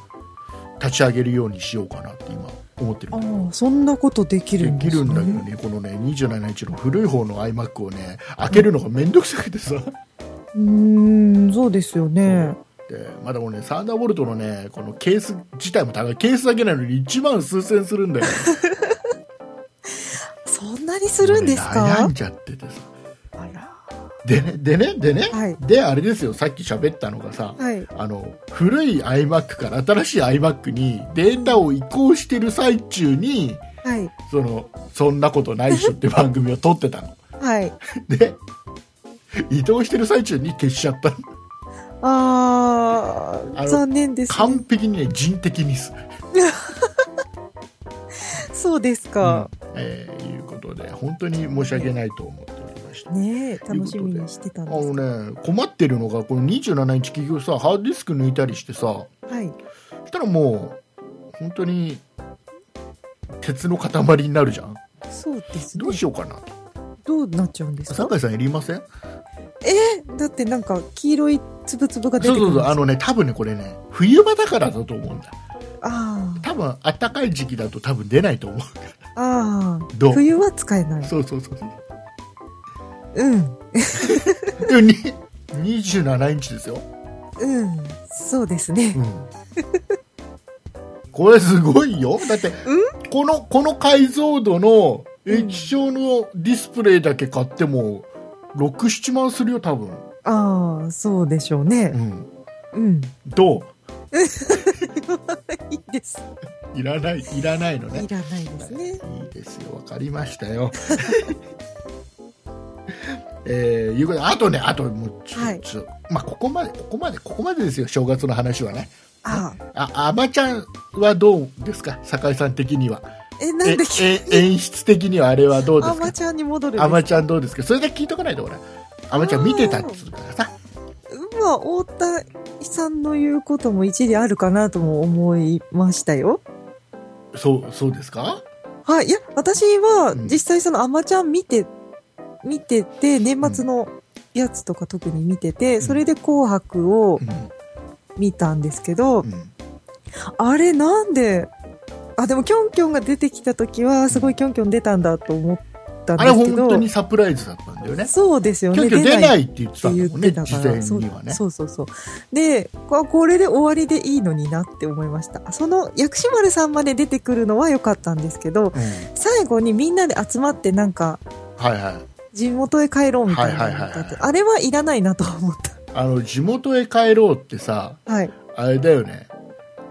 Speaker 2: 立ち上げるようにしようかなって今思ってる
Speaker 3: ああ、そんなことできるん
Speaker 2: で
Speaker 3: で
Speaker 2: き
Speaker 3: す、
Speaker 2: る
Speaker 3: ね、
Speaker 2: んだけどねこのね27インチの古い方の iMac をね開けるのが面倒くさくてさ、
Speaker 3: うーん、そうですよね。
Speaker 2: でまだこれねサンダーボルトのねこのケース自体も高いケースだけなのに1万数千するんだよ
Speaker 3: そんな にするんです
Speaker 2: 悩
Speaker 3: か
Speaker 2: んじゃっててさ
Speaker 3: あら。
Speaker 2: でねでねでね、
Speaker 3: はい
Speaker 2: であれですよさっき喋ったのがさ、
Speaker 3: はい。
Speaker 2: あの古い iMac から新しい iMac にデータを移行してる最中に
Speaker 3: はい。
Speaker 2: そのそんなことないっしょって番組を撮ってたの。
Speaker 3: はい。
Speaker 2: で移動してる最中に消しちゃった
Speaker 3: あ
Speaker 2: あ
Speaker 3: あ、
Speaker 2: の
Speaker 3: 残念ですね
Speaker 2: 完。璧にね人的ミス、
Speaker 3: そうですか。
Speaker 2: えーいうことで本当に申し訳ないと思っておりました
Speaker 3: ねえ、楽しみにしてたん
Speaker 2: あ
Speaker 3: です
Speaker 2: の
Speaker 3: けど。
Speaker 2: ね困ってるのがこの27日企業さハードディスク抜いたりしてさ
Speaker 3: はい。
Speaker 2: そしたらもう本当に鉄の塊になるじゃん
Speaker 3: そうですね。
Speaker 2: どうしようかな
Speaker 3: どうなっちゃうんですか
Speaker 2: 酒井さんいりません
Speaker 3: だってなんか黄色いつぶつぶが出
Speaker 2: そ
Speaker 3: て
Speaker 2: う
Speaker 3: くる
Speaker 2: そうんそう
Speaker 3: です
Speaker 2: あのね多分ねこれね冬場だからだと思うんだ
Speaker 3: あ
Speaker 2: 多分暖かい時期だと多分出ないと思う
Speaker 3: あ、ああ
Speaker 2: どう
Speaker 3: 冬は使えない。
Speaker 2: そうそうそう
Speaker 3: うん、
Speaker 2: でもに27インチですよ、
Speaker 3: うん、そうですね
Speaker 2: う。ん、これすごいよだってこのこの解像度の液晶のディスプレイだけ買っても67万するよ多分、
Speaker 3: ああ、そうでしょう
Speaker 2: う
Speaker 3: ね。
Speaker 2: ん、
Speaker 3: うん、
Speaker 2: ど
Speaker 3: いいです。
Speaker 2: ういらないいらないのね
Speaker 3: いらないですね。
Speaker 2: いいですよ、わかりましたよ。 えー、いうことであとね、あともうちょ、
Speaker 3: はい
Speaker 2: ちょまあ、ここまで、ここまで、ここまでですよ、正月の話はね。
Speaker 3: ああ、
Speaker 2: あ、あばちゃんはどうですか、酒井さん的には。
Speaker 3: え、なんで
Speaker 2: え
Speaker 3: 急
Speaker 2: え
Speaker 3: に
Speaker 2: 演出的にはあれはどうで
Speaker 3: ア
Speaker 2: す
Speaker 3: マ
Speaker 2: か。
Speaker 3: ちゃんに戻るんです
Speaker 2: あ
Speaker 3: か
Speaker 2: ばちゃんどうですか、それだけ聞いとかないと、ほら。あばちゃん見てたっつうからさ。
Speaker 3: まあ、太田さんの言うことも一理あるかなとも思いましたよ。
Speaker 2: そう、そうですか。
Speaker 3: はい、いや、私は
Speaker 2: うん
Speaker 3: 実際そのアマちゃん見て、見てて、年末のやつとか特に見てて、
Speaker 2: ん
Speaker 3: それで紅白を
Speaker 2: うん、
Speaker 3: 見たんですけど、
Speaker 2: うん、
Speaker 3: あれなんで、あ、でもキョンキョンが出てきた時は、すごいキョンキョン出たんだと思ったん
Speaker 2: あ
Speaker 3: で
Speaker 2: れ、
Speaker 3: すけ
Speaker 2: 本
Speaker 3: ど、
Speaker 2: 当にサプライズだったんだよね。
Speaker 3: そうですよ
Speaker 2: 急
Speaker 3: ね。
Speaker 2: 遽出な
Speaker 3: っ
Speaker 2: いって言ってた
Speaker 3: て
Speaker 2: んだ
Speaker 3: 言っ
Speaker 2: もんね、
Speaker 3: てた
Speaker 2: 事
Speaker 3: か
Speaker 2: 前
Speaker 3: ら、そう
Speaker 2: にはね。
Speaker 3: そうそうそう。で、ここれで終わりでいいのになって思いました。その薬師丸さんまで出てくるのは良かったんですけ
Speaker 2: う
Speaker 3: ど、
Speaker 2: ん、
Speaker 3: 最後にみんなで集まってなんか、
Speaker 2: はいはい。
Speaker 3: 地元へ帰ろうみたいなの
Speaker 2: はいはい
Speaker 3: があ
Speaker 2: はい
Speaker 3: って
Speaker 2: はい
Speaker 3: あれはいらないなと思っ
Speaker 2: あの地元へ帰ろうってさ
Speaker 3: た。はい。
Speaker 2: あれだよね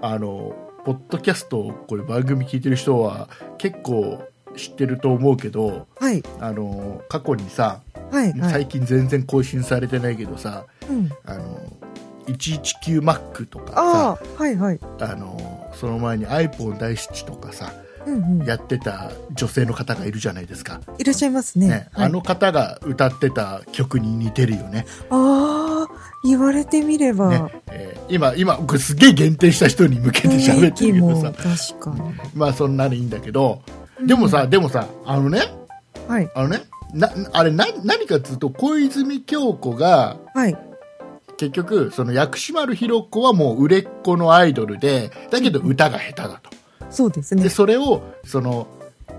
Speaker 2: あのポッドキャストこれ番組聞いてる人は結構知ってると思うけど
Speaker 3: はい。
Speaker 2: あの過去にさ、
Speaker 3: はい。はい。
Speaker 2: 最近全然更新されてないけどさ
Speaker 3: うん。
Speaker 2: あの119マックとか
Speaker 3: あ
Speaker 2: さ
Speaker 3: あ、はいはい。
Speaker 2: あのその前に iPhone 大七とかさ
Speaker 3: うんうん。
Speaker 2: やってた女性の方がいるじゃないですか、
Speaker 3: いらっしゃいますね。
Speaker 2: ね
Speaker 3: はい
Speaker 2: あの方が歌ってた曲に似てるよね
Speaker 3: ああ、言われてみれば、
Speaker 2: ねえー今、今、これすげえ限定した人に向けて喋ってるけど
Speaker 3: も
Speaker 2: さ、
Speaker 3: 確か
Speaker 2: まあそんなのいいんだけど、
Speaker 3: に。
Speaker 2: でもさ、でもさ、あのね、
Speaker 3: うん、はい、
Speaker 2: あのね、な、あれ、な、何かっつうと、小泉京子が、
Speaker 3: はい、
Speaker 2: 結局、その薬師丸ひろ子はもう売れっ子のアイドルで、だけど歌が下手だと。
Speaker 3: そうです
Speaker 2: で、
Speaker 3: ね。
Speaker 2: それを、その、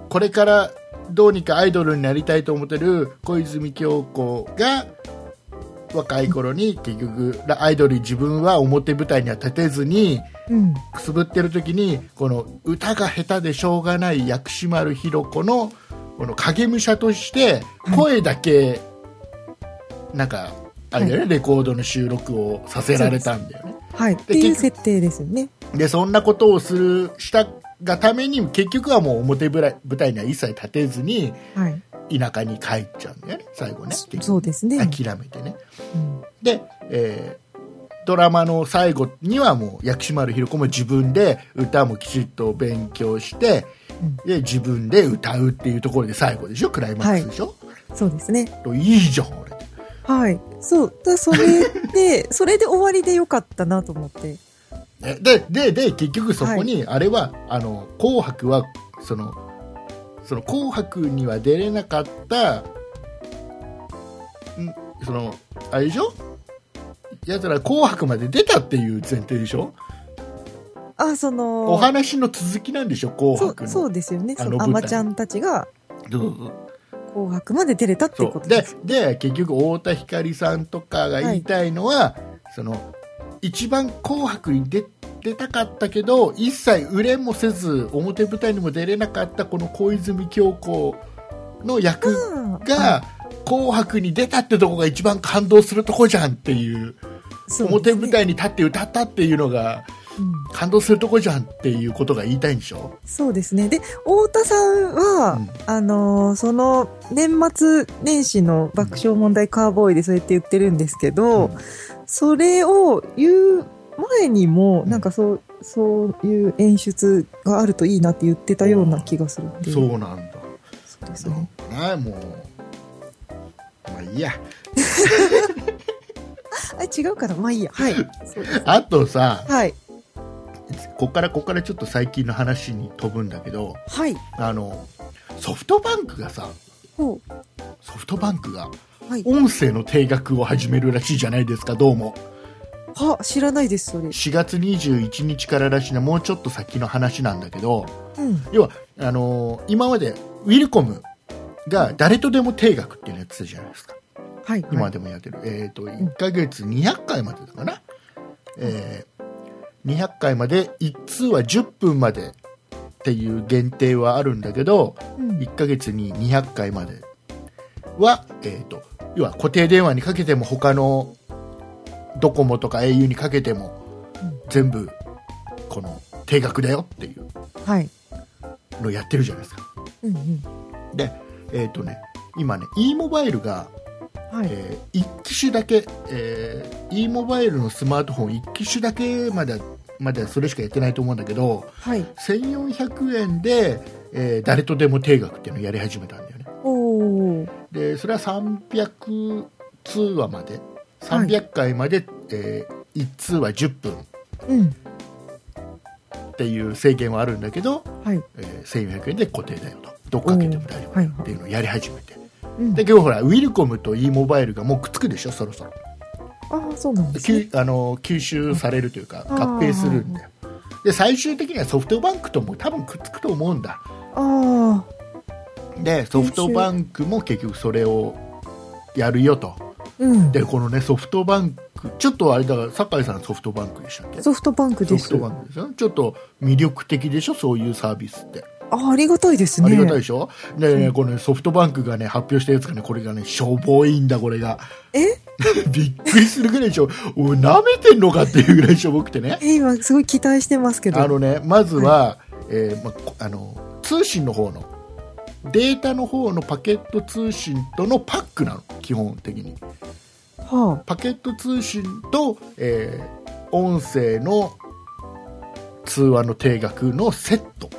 Speaker 2: これからどうにかアイドルになりたいと思ってる小泉京子が、若い頃に結局、アイドルに自分は表舞台には立てずに、
Speaker 3: うん、
Speaker 2: くすぶってる時にこの歌が下手でしょうがない薬師丸ひろ子のこの影武者として声だけなんかあれだよね、レコードの収録をさせられたんだよね
Speaker 3: はい。っていう
Speaker 2: 結
Speaker 3: 設定ですよね。
Speaker 2: でそんなことをするしたがために結局はもう表舞台舞台には一切立てずに
Speaker 3: はい。
Speaker 2: 田舎に帰っちゃうんだよね最後ね
Speaker 3: そそうですね
Speaker 2: 諦めてね
Speaker 3: うん、
Speaker 2: で、えードラマの最後にはもう薬師丸ひろ子も自分で歌もきちっと勉強して、
Speaker 3: うん
Speaker 2: で自分で歌うっていうところで最後でしょクライマックスでしょ、
Speaker 3: そうですね。
Speaker 2: といいじゃん俺
Speaker 3: はい。そう。だそれ で、それで終わりでよかったなと思って。
Speaker 2: えででで結局そこに、あれはあの「紅白は」そのその「紅白」には出れなかったんそのあれでしょやつら「紅白」まで出たっていう前提でしょ
Speaker 3: あ、その、
Speaker 2: お話の続きなんでしょ「紅
Speaker 3: そう
Speaker 2: 白の」
Speaker 3: そうですよね。
Speaker 2: あ
Speaker 3: そ
Speaker 2: の
Speaker 3: のア
Speaker 2: 舞台
Speaker 3: マちゃんたちが
Speaker 2: どうぞどうぞ
Speaker 3: 紅白まで出れたっていう
Speaker 2: そ
Speaker 3: こ
Speaker 2: う
Speaker 3: と
Speaker 2: で
Speaker 3: です。
Speaker 2: で結局太田光さんとかが言いたいのは、その一番「紅白」に出出たかったけど一切売れもせず表舞台にも出れなかったこの小泉京子の役
Speaker 3: あー
Speaker 2: が「紅白」に出たってとこが一番感動するとこじゃんっていう
Speaker 3: そうですね
Speaker 2: 表舞台に立って歌ったっていうのが
Speaker 3: うん
Speaker 2: 感動するとこじゃんっていうことが言いたいんでしょ
Speaker 3: そうですね。で、太田さんは、
Speaker 2: うん
Speaker 3: あのーその、年末年始の爆笑問題カーボーイでそうやって言ってるんですけど、
Speaker 2: うん
Speaker 3: それを言う前にも、なんかそう、そういう演出があるといいなって言ってたような気がするんで。
Speaker 2: そうなんだ
Speaker 3: そうです
Speaker 2: なん
Speaker 3: ね。
Speaker 2: かなもうまあいいや
Speaker 3: あ、違うから、まあいいや。 はい。そうです
Speaker 2: あとさ
Speaker 3: はい。
Speaker 2: こっからこっからちょっと最近の話に飛ぶんだけど
Speaker 3: はい。
Speaker 2: あのソフトバンクがさ
Speaker 3: ほ
Speaker 2: ソフトバンクが
Speaker 3: う。はい。
Speaker 2: 音声の定額を始めるらしいじゃないですかどうも
Speaker 3: は、知らないです、それ。
Speaker 2: 4月21日かららしいなもうちょっと先の話なんだけど
Speaker 3: うん。
Speaker 2: 要はあのー今までウィルコムが誰とでも定額っていうのやってたじゃないですか
Speaker 3: はい。はい
Speaker 2: 今でもやってる、えっ、と1ヶ月200回までだかな、えー200回まで1通は10分までっていう限定はあるんだけど
Speaker 3: うん
Speaker 2: 1ヶ月に200回までは、えー、と要は固定電話にかけても他のドコモとか au にかけても
Speaker 3: うん
Speaker 2: 全部この定額だよっていう
Speaker 3: はい。
Speaker 2: のをやってるじゃないですか
Speaker 3: うんうん。
Speaker 2: でえっ、とね今ね e モバイルが
Speaker 3: はい。
Speaker 2: えー一機種だけ、えー、e モバイルのスマートフォン一機種だけまでまではそれしかやってないと思うんだけど
Speaker 3: はい。
Speaker 2: 1400円で、えー誰とでも定額っていうのをやり始めたんだよね
Speaker 3: おー。
Speaker 2: でそれは300通話まで
Speaker 3: はい
Speaker 2: 300回まで、え1通話10分っ
Speaker 3: うん。
Speaker 2: ていう制限はあるんだけど、
Speaker 3: はい。
Speaker 2: えー1400円で固定だよとどっかけても大丈夫だよっていうのをやり始めて、
Speaker 3: うん
Speaker 2: だけどほらウィルコムと e モバイルがもうくっつくでしょそろそろ
Speaker 3: ああ、そうなんですね。
Speaker 2: 吸あの吸収されるというか
Speaker 3: あ
Speaker 2: 合
Speaker 3: ー
Speaker 2: 併するんだよで最終的にはソフトバンクとも多分くっつくと思うんだ
Speaker 3: ああ、
Speaker 2: でソフトバンクも結局それをやるよと
Speaker 3: うん。
Speaker 2: でこのねソフトバンクちょっとあれだから酒井さんソフトバンクでしたっけ
Speaker 3: ソフトバンク
Speaker 2: ソ
Speaker 3: で
Speaker 2: フ
Speaker 3: す。
Speaker 2: トバンクですよねちょっと魅力的でしょそういうサービスって
Speaker 3: ああ、ありがたいですね。
Speaker 2: ありがたいでしょ、でねこのねソフトバンクがね発表したやつがねこれがねしょぼいんだこれが
Speaker 3: え
Speaker 2: びっくりするぐらいでしょおいなめてんのかっていうぐらいしょぼくてね
Speaker 3: え、今すごい期待してますけど。
Speaker 2: あのね、まずは、えーま、こあの通信の方のデータの方のパケット通信とのパックなの基本的に
Speaker 3: は
Speaker 2: パケット通信と、えー音声の通話の定額のセット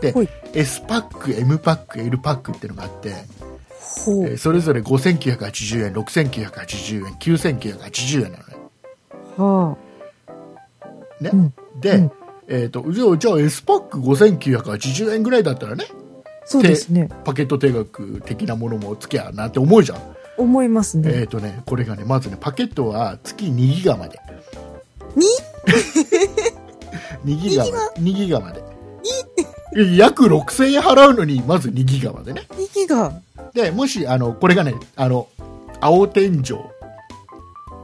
Speaker 2: で
Speaker 3: ほい
Speaker 2: S パック M パック L パックっていうのがあって、
Speaker 3: あ、ほ
Speaker 2: え
Speaker 3: う
Speaker 2: ー、それぞれ5980円6980円9980円なのね
Speaker 3: は
Speaker 2: ね、
Speaker 3: うん
Speaker 2: で、
Speaker 3: うん
Speaker 2: えー、とじゃあじゃあ S パック5980円ぐらいだったらね
Speaker 3: あ、そうですね。
Speaker 2: パケット定額的なものもつけやなって思うじゃん、
Speaker 3: 思います
Speaker 2: え
Speaker 3: ね。
Speaker 2: っ、とねこれがねまずねパケットは月2ギガまで
Speaker 3: に
Speaker 2: 2ギガまで2ギガまで約6000円払うのにまず2ギガまでね
Speaker 3: 2ギガ。
Speaker 2: でもしあのこれがねあの青天井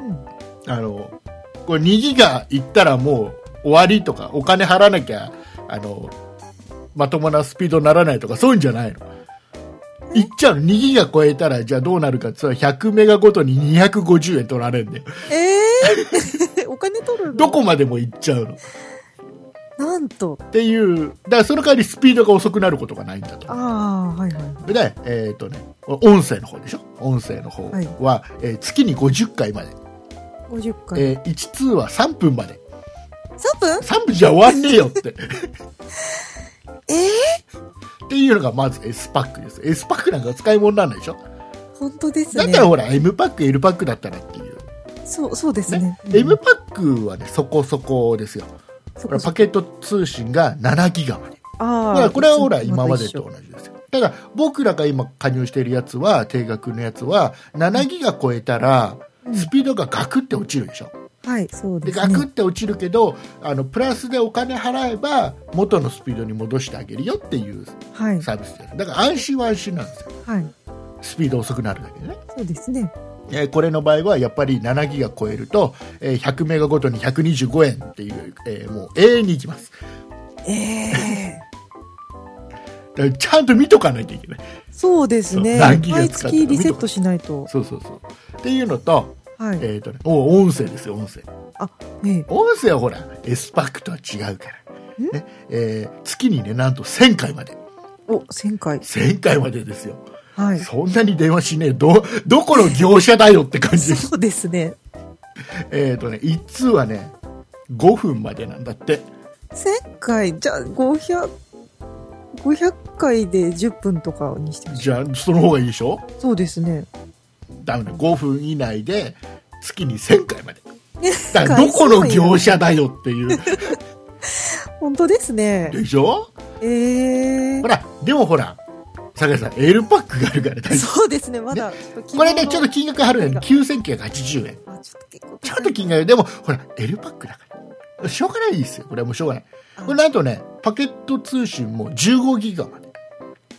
Speaker 3: うん。
Speaker 2: あのこれ2ギガいったらもう終わりとかお金払わなきゃあのまともなスピードにならないとかそういうんじゃないのいっちゃうの2ギガ超えたらじゃあどうなるかって言ったら100メガごとに250円取られるんだよ
Speaker 3: ええ お金取るの
Speaker 2: どこまでも行っちゃうのっ
Speaker 3: なんと。
Speaker 2: ていうだからその代わりスピードが遅くなることがないんだと
Speaker 3: ああ、はいはい。
Speaker 2: で、えーとね、音声の方でしょ音声の方は、
Speaker 3: はい
Speaker 2: えー月に50回まで、
Speaker 3: 50回。
Speaker 2: え1通は3分まで
Speaker 3: 3分
Speaker 2: 3分じゃ終わんねえよって っ
Speaker 3: ええ
Speaker 2: ていうのがまず S パックです S パックなんか使い物にならないでしょ
Speaker 3: 本当です
Speaker 2: だっ
Speaker 3: ね。
Speaker 2: たらほら M パック L パックだったらっていう、
Speaker 3: そう、そうです
Speaker 2: ね
Speaker 3: ね。
Speaker 2: M パックはねそこそこですよ
Speaker 3: そ
Speaker 2: こ
Speaker 3: こ
Speaker 2: れ
Speaker 3: そ
Speaker 2: パ
Speaker 3: こ
Speaker 2: ケット通信が7ギガまでだ
Speaker 3: あ
Speaker 2: か
Speaker 3: あ。
Speaker 2: らこれはほら
Speaker 3: いつも
Speaker 2: 今まで
Speaker 3: 一緒
Speaker 2: と同じですよただ僕らが今加入しているやつは定額のやつは7ギガ超えたら
Speaker 3: うん
Speaker 2: スピードがガクって落ちるでしょ
Speaker 3: はい、そう
Speaker 2: で
Speaker 3: です
Speaker 2: ガ
Speaker 3: ね。
Speaker 2: クって落ちるけどあのプラスでお金払えば元のスピードに戻してあげるよっていう
Speaker 3: はい、
Speaker 2: サービスですだから安心は安心なんですよ
Speaker 3: はい。
Speaker 2: スピード遅くなるだけでね
Speaker 3: そうですね。
Speaker 2: えーこれの場合はやっぱり7ギガ超えるとえー100メガごとに125円っていうえーもう永遠にいきます
Speaker 3: ええ
Speaker 2: だからちゃんと見とかないといけない
Speaker 3: そうです
Speaker 2: そ
Speaker 3: ね。
Speaker 2: う何ギガ
Speaker 3: 毎
Speaker 2: 使ったか
Speaker 3: 月リセットしないと。
Speaker 2: そうそうそう。っていうのと、
Speaker 3: はい。
Speaker 2: えーとね、お音声ですよ音声
Speaker 3: ええ
Speaker 2: 音声はほらエスパークとは違うから、ねえー月にねなんと1000回まで
Speaker 3: お、1000回。
Speaker 2: 1000回までですよ
Speaker 3: はい。
Speaker 2: そんなに電話しねえどどこの業者だよって感じ
Speaker 3: そうですね。
Speaker 2: えっとね1通はね5分までなんだって
Speaker 3: 1000回、じゃあ500、500回で10分とかにしてみまし
Speaker 2: じゃあその方がいいでしょ
Speaker 3: ょうそうですね。
Speaker 2: だめだ5分以内で月に1000回までだ
Speaker 3: 1000
Speaker 2: から
Speaker 3: 回
Speaker 2: どこの業
Speaker 3: す
Speaker 2: 者だよっていう
Speaker 3: ごいな本当ですね。
Speaker 2: でしょ
Speaker 3: ええ
Speaker 2: ほらでもほら酒井さんエルパックがあるから大丈
Speaker 3: そうですね、まだ。
Speaker 2: 夫これねちょっと金額張るの
Speaker 3: が
Speaker 2: に9980円
Speaker 3: あ、ちょっと結構。
Speaker 2: ちょっと金額でもほらエルパックだからしょうがないですよこれはもうしょうがないこれなんとねパケット通信も15ギガまで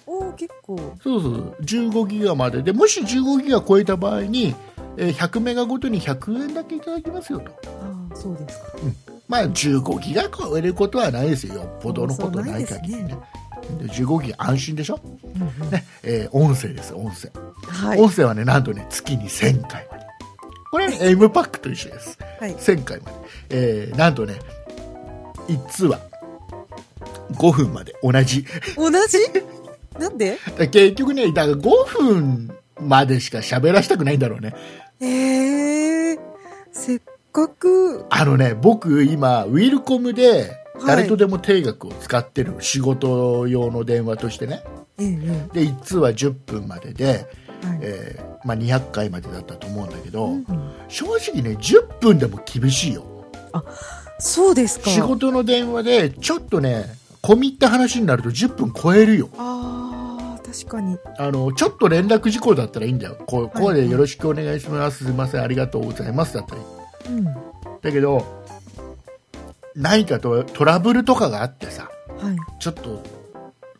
Speaker 3: おー結構。
Speaker 2: そうそうそう15ギガまででもし15ギガ超えた場合にえー100メガごとに100円だけいただきますよと
Speaker 3: ああ、そうですか。
Speaker 2: まあ15ギガ超えることはないですよよっぽどのことない限りね
Speaker 3: そ
Speaker 2: で15ギガ安心でしょ、
Speaker 3: うんうん
Speaker 2: ねえー音声です音声、
Speaker 3: はい。
Speaker 2: 音声はねなんとね月に1000回までこれね M パックと一緒です
Speaker 3: はい。
Speaker 2: 1000回まで、えーなんとね1通は5分まで同じ
Speaker 3: 同じなんで
Speaker 2: だから結局ねだから5分までしか喋らせたくないんだろうね
Speaker 3: ええせっかく、
Speaker 2: あのね僕今ウィルコムで
Speaker 3: はい
Speaker 2: 誰とでも定額を使ってるの仕事用の電話としてね
Speaker 3: えええ
Speaker 2: で1通は10分までで、
Speaker 3: えはい
Speaker 2: えーまあ、200回までだったと思うんだけど、
Speaker 3: うん
Speaker 2: 正直ね10分でも厳しいよ
Speaker 3: そうですか。
Speaker 2: 仕事の電話でちょっとね込み入った話になると10分超えるよ
Speaker 3: ああ、確かに。
Speaker 2: あのちょっと連絡事項だったらいいんだよこうこうでよろしくお願いします、すいませんありがとうございますだったり
Speaker 3: うん。は
Speaker 2: だけど何かとトラブルとかがあってさ
Speaker 3: い。
Speaker 2: ちょっと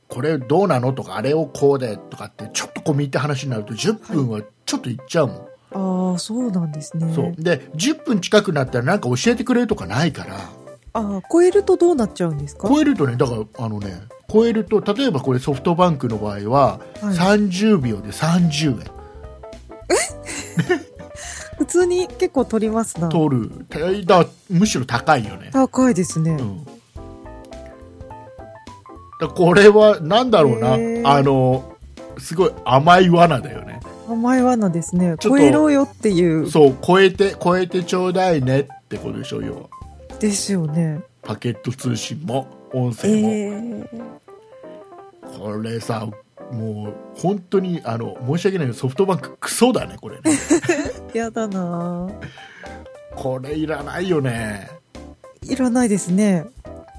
Speaker 2: これどうなのとかあれをこうでとかってちょっと込み入った話になると10分はちょっといっちゃうもん、
Speaker 3: ああ、そうなんですね。
Speaker 2: そうで10分近くなったらなんか教えてくれるとかないから
Speaker 3: ああ、超えるとどうなっちゃうんですか
Speaker 2: 超えるとねだからあのね超えると例えばこれソフトバンクの場合は
Speaker 3: はい
Speaker 2: 30秒で30円
Speaker 3: 普通に結構取りますな。
Speaker 2: 取る、だむしろ高いよね、
Speaker 3: 高いですね
Speaker 2: う。ん、だからこれはなんだろうな
Speaker 3: へー
Speaker 2: あのすごい甘い罠だよね
Speaker 3: 甘い罠ですね。
Speaker 2: ちょっと
Speaker 3: 超えろよっていう、
Speaker 2: そう超えて超えてちょうだいねってことでしょ要は
Speaker 3: ですよね。
Speaker 2: パケット通信も音声も、
Speaker 3: ええ
Speaker 2: これさもう本当にあの申し訳ないけどソフトバンククソだねこれね
Speaker 3: やだなあ
Speaker 2: これいらないよね
Speaker 3: いらないですね。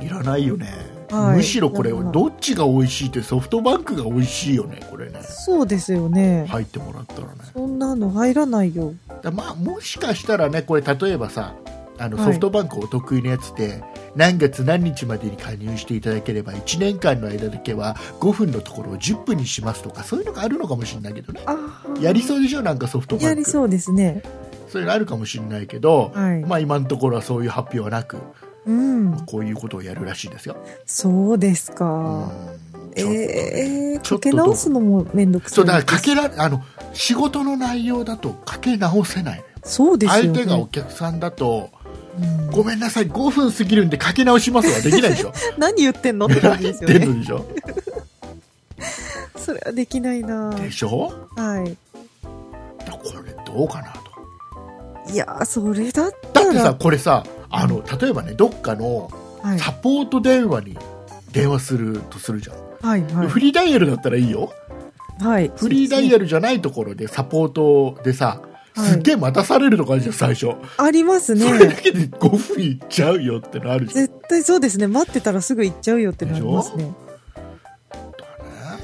Speaker 2: いらないよね、
Speaker 3: はい
Speaker 2: むしろこれ
Speaker 3: いらない
Speaker 2: どっちが美味しいってソフトバンクが美味しいよねこれね
Speaker 3: そうですよね。
Speaker 2: 入ってもらったらね
Speaker 3: そんなの入らないよ。
Speaker 2: だまあもしかしたらねこれ例えばさあの
Speaker 3: はい
Speaker 2: ソフトバンクお得意のやつで、何月何日までに加入していただければ1年間の間だけは5分のところを10分にしますとかそういうのがあるのかもしれないけどね
Speaker 3: ああ。
Speaker 2: やりそうでしょなんかソフトバンク
Speaker 3: やりそうですね。
Speaker 2: そういうのあるかもしれないけど、
Speaker 3: はい。
Speaker 2: まあ今のところはそういう発表はなく、
Speaker 3: うん。
Speaker 2: こういうことをやるらしいですよ。
Speaker 3: そうですか。
Speaker 2: うんちょっとね
Speaker 3: ええー、
Speaker 2: ちょっと
Speaker 3: かけ直すのもめんどくさい。
Speaker 2: そうだからかけらあの仕事の内容だとかけ直せない、
Speaker 3: そうですよ
Speaker 2: 相
Speaker 3: ね。
Speaker 2: 手がお客さんだと
Speaker 3: うん
Speaker 2: ごめんなさい5分過ぎるんでかけ直しますはできないで しょ
Speaker 3: 何言ってんのって感
Speaker 2: 何
Speaker 3: じ
Speaker 2: 言
Speaker 3: で
Speaker 2: っ
Speaker 3: すよ
Speaker 2: てん
Speaker 3: ね。
Speaker 2: のでしょ
Speaker 3: それはできないな
Speaker 2: でしょ
Speaker 3: はい。
Speaker 2: だからこれどうかなと
Speaker 3: いやー、それだっ
Speaker 2: だ
Speaker 3: た
Speaker 2: って
Speaker 3: ら。
Speaker 2: さこれさあの例えばねどっかの
Speaker 3: はい。
Speaker 2: サポート電話に電話するとするじゃん、
Speaker 3: はい。は
Speaker 2: フリーダイヤルだったらいいよ
Speaker 3: い。はい。
Speaker 2: フリーダイヤルじゃないところでサポートでさ
Speaker 3: はい
Speaker 2: すっげえ待たされるとかあるじゃん最初、
Speaker 3: あります
Speaker 2: それだ
Speaker 3: ね。
Speaker 2: けで5分いっちゃうよってのあるじゃん
Speaker 3: 絶対そうですね。待ってたらすぐ行っちゃうよってなりますね。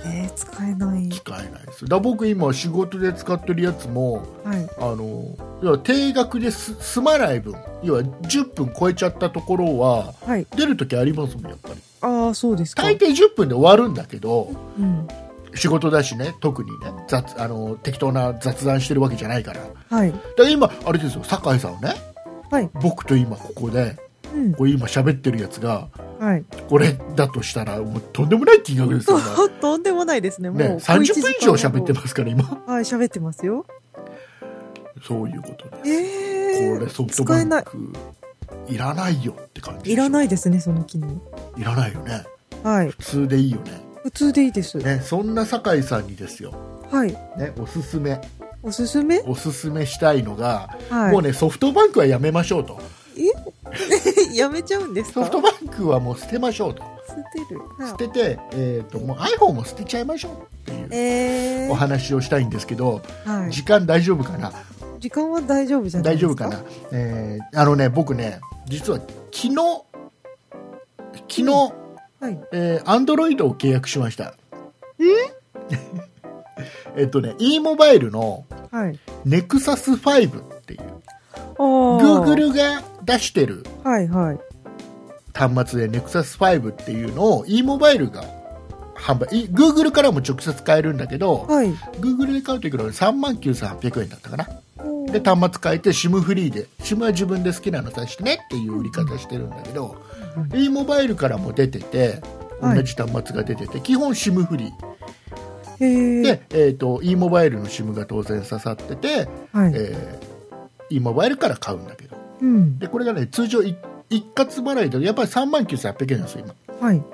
Speaker 3: えー、使えない。
Speaker 2: 使えないですだから僕今仕事で使ってるやつも
Speaker 3: はい。
Speaker 2: あの要は定額です済まない分要は10分超えちゃったところは
Speaker 3: はい。
Speaker 2: 出るときありますもんやっぱり
Speaker 3: ああ、そうですか。
Speaker 2: 大抵10分で終わるんだけど
Speaker 3: うん。
Speaker 2: 仕事だしね特にね雑あの適当な雑談してるわけじゃないからだか
Speaker 3: はい。
Speaker 2: ら今あれですよ酒井さんはね
Speaker 3: はい。
Speaker 2: 僕と今ここで
Speaker 3: うん。
Speaker 2: これ今喋ってるやつが
Speaker 3: はい。
Speaker 2: これだとしたらもうとんでもない金額です よね
Speaker 3: そう、とんでもないですね。もう
Speaker 2: ね、30分以上喋って
Speaker 3: ま
Speaker 2: ますから今
Speaker 3: す。はい、喋ってますよ。
Speaker 2: そういうことです。
Speaker 3: ええ
Speaker 2: これソフト
Speaker 3: 使
Speaker 2: バ
Speaker 3: えな
Speaker 2: ン
Speaker 3: い。
Speaker 2: クいらないよって感じ
Speaker 3: いらないいですね、その機能。
Speaker 2: いらないよね
Speaker 3: はい。
Speaker 2: 普通でいいよね
Speaker 3: 普通でいいです。
Speaker 2: ねそんな酒井さんにですよ、
Speaker 3: はい。
Speaker 2: ね、おすすめ
Speaker 3: おすすめ
Speaker 2: おすすめしたいのが、もう
Speaker 3: は
Speaker 2: ねソフトバンクはやめましょうと
Speaker 3: い。 やめちゃうんです
Speaker 2: ソ
Speaker 3: か
Speaker 2: フトバンクはもう捨てましょうと
Speaker 3: 捨てる。はい
Speaker 2: 捨てて、えー、ともう iPhone も捨てちゃいましょうっていう
Speaker 3: ええ
Speaker 2: お話をしたいんですけど、
Speaker 3: はい。
Speaker 2: 時間大丈夫かな
Speaker 3: 時間は大丈夫じゃない
Speaker 2: 大
Speaker 3: です
Speaker 2: 丈
Speaker 3: か
Speaker 2: 夫かな、えーあのね僕ね実は昨日昨日、
Speaker 3: はい。
Speaker 2: えー、Android を契約しました えっとね e モバイルの
Speaker 3: はい。
Speaker 2: NEXUS5 っていう
Speaker 3: ああ。Google。
Speaker 2: Google が出してる
Speaker 3: はいはい。
Speaker 2: 端末で NEXUS5 っていうのを e モバイルが販売い Google からも直接買えるんだけど
Speaker 3: はい。
Speaker 2: Google で買うといくら3万9800円だったかな
Speaker 3: おー
Speaker 2: で端末変えて SIM フリーで SIM は自分で好きなのさしてねっていう売り方してるんだけど、e モバイルからも出てて同
Speaker 3: はい
Speaker 2: じ端末が出てて基本 SIM フリー
Speaker 3: へえ。
Speaker 2: で、えー、と e モバイルの SIM が当然刺さってて、
Speaker 3: はい。
Speaker 2: えー、e モバイルから買うんだけど
Speaker 3: うん。
Speaker 2: でこれがね通常い一括払いだとやっぱり3万9800円なんですよ
Speaker 3: はい。
Speaker 2: 今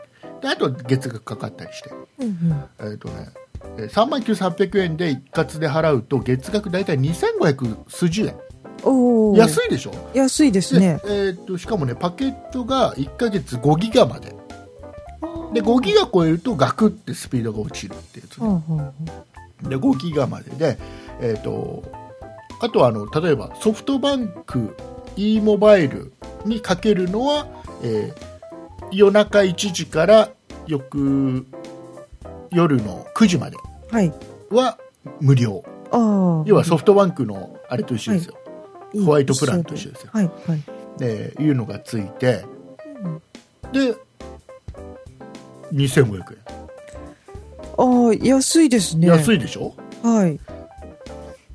Speaker 2: であと月額かかったりして
Speaker 3: うんうん。
Speaker 2: えっ、とね3万9800円で一括で払うと月額大体2500数十円
Speaker 3: おお。
Speaker 2: 安いでしょ
Speaker 3: い。安いです
Speaker 2: で、
Speaker 3: ね。
Speaker 2: えー、としかもねパケットが1ヶ月5ギガまでで5ギガ超えるとガクってスピードが落ちるってやつ
Speaker 3: はあ
Speaker 2: ね、
Speaker 3: はあはあ
Speaker 2: で5ギガまでで、えー、とあとはあの例えばソフトバンク e モバイルにかけるのは、えー夜中1時から翌夜の9時まで
Speaker 3: はい。
Speaker 2: は無料
Speaker 3: ああ。
Speaker 2: 要はソフトバンクのあれと一緒ですよ、
Speaker 3: いい
Speaker 2: ホワイトプランと一緒ですよ
Speaker 3: はい、はい。
Speaker 2: でいうのがついて
Speaker 3: うん
Speaker 2: で2500円
Speaker 3: ああ、安いですね。
Speaker 2: 安
Speaker 3: い。
Speaker 2: いでしょ
Speaker 3: はい。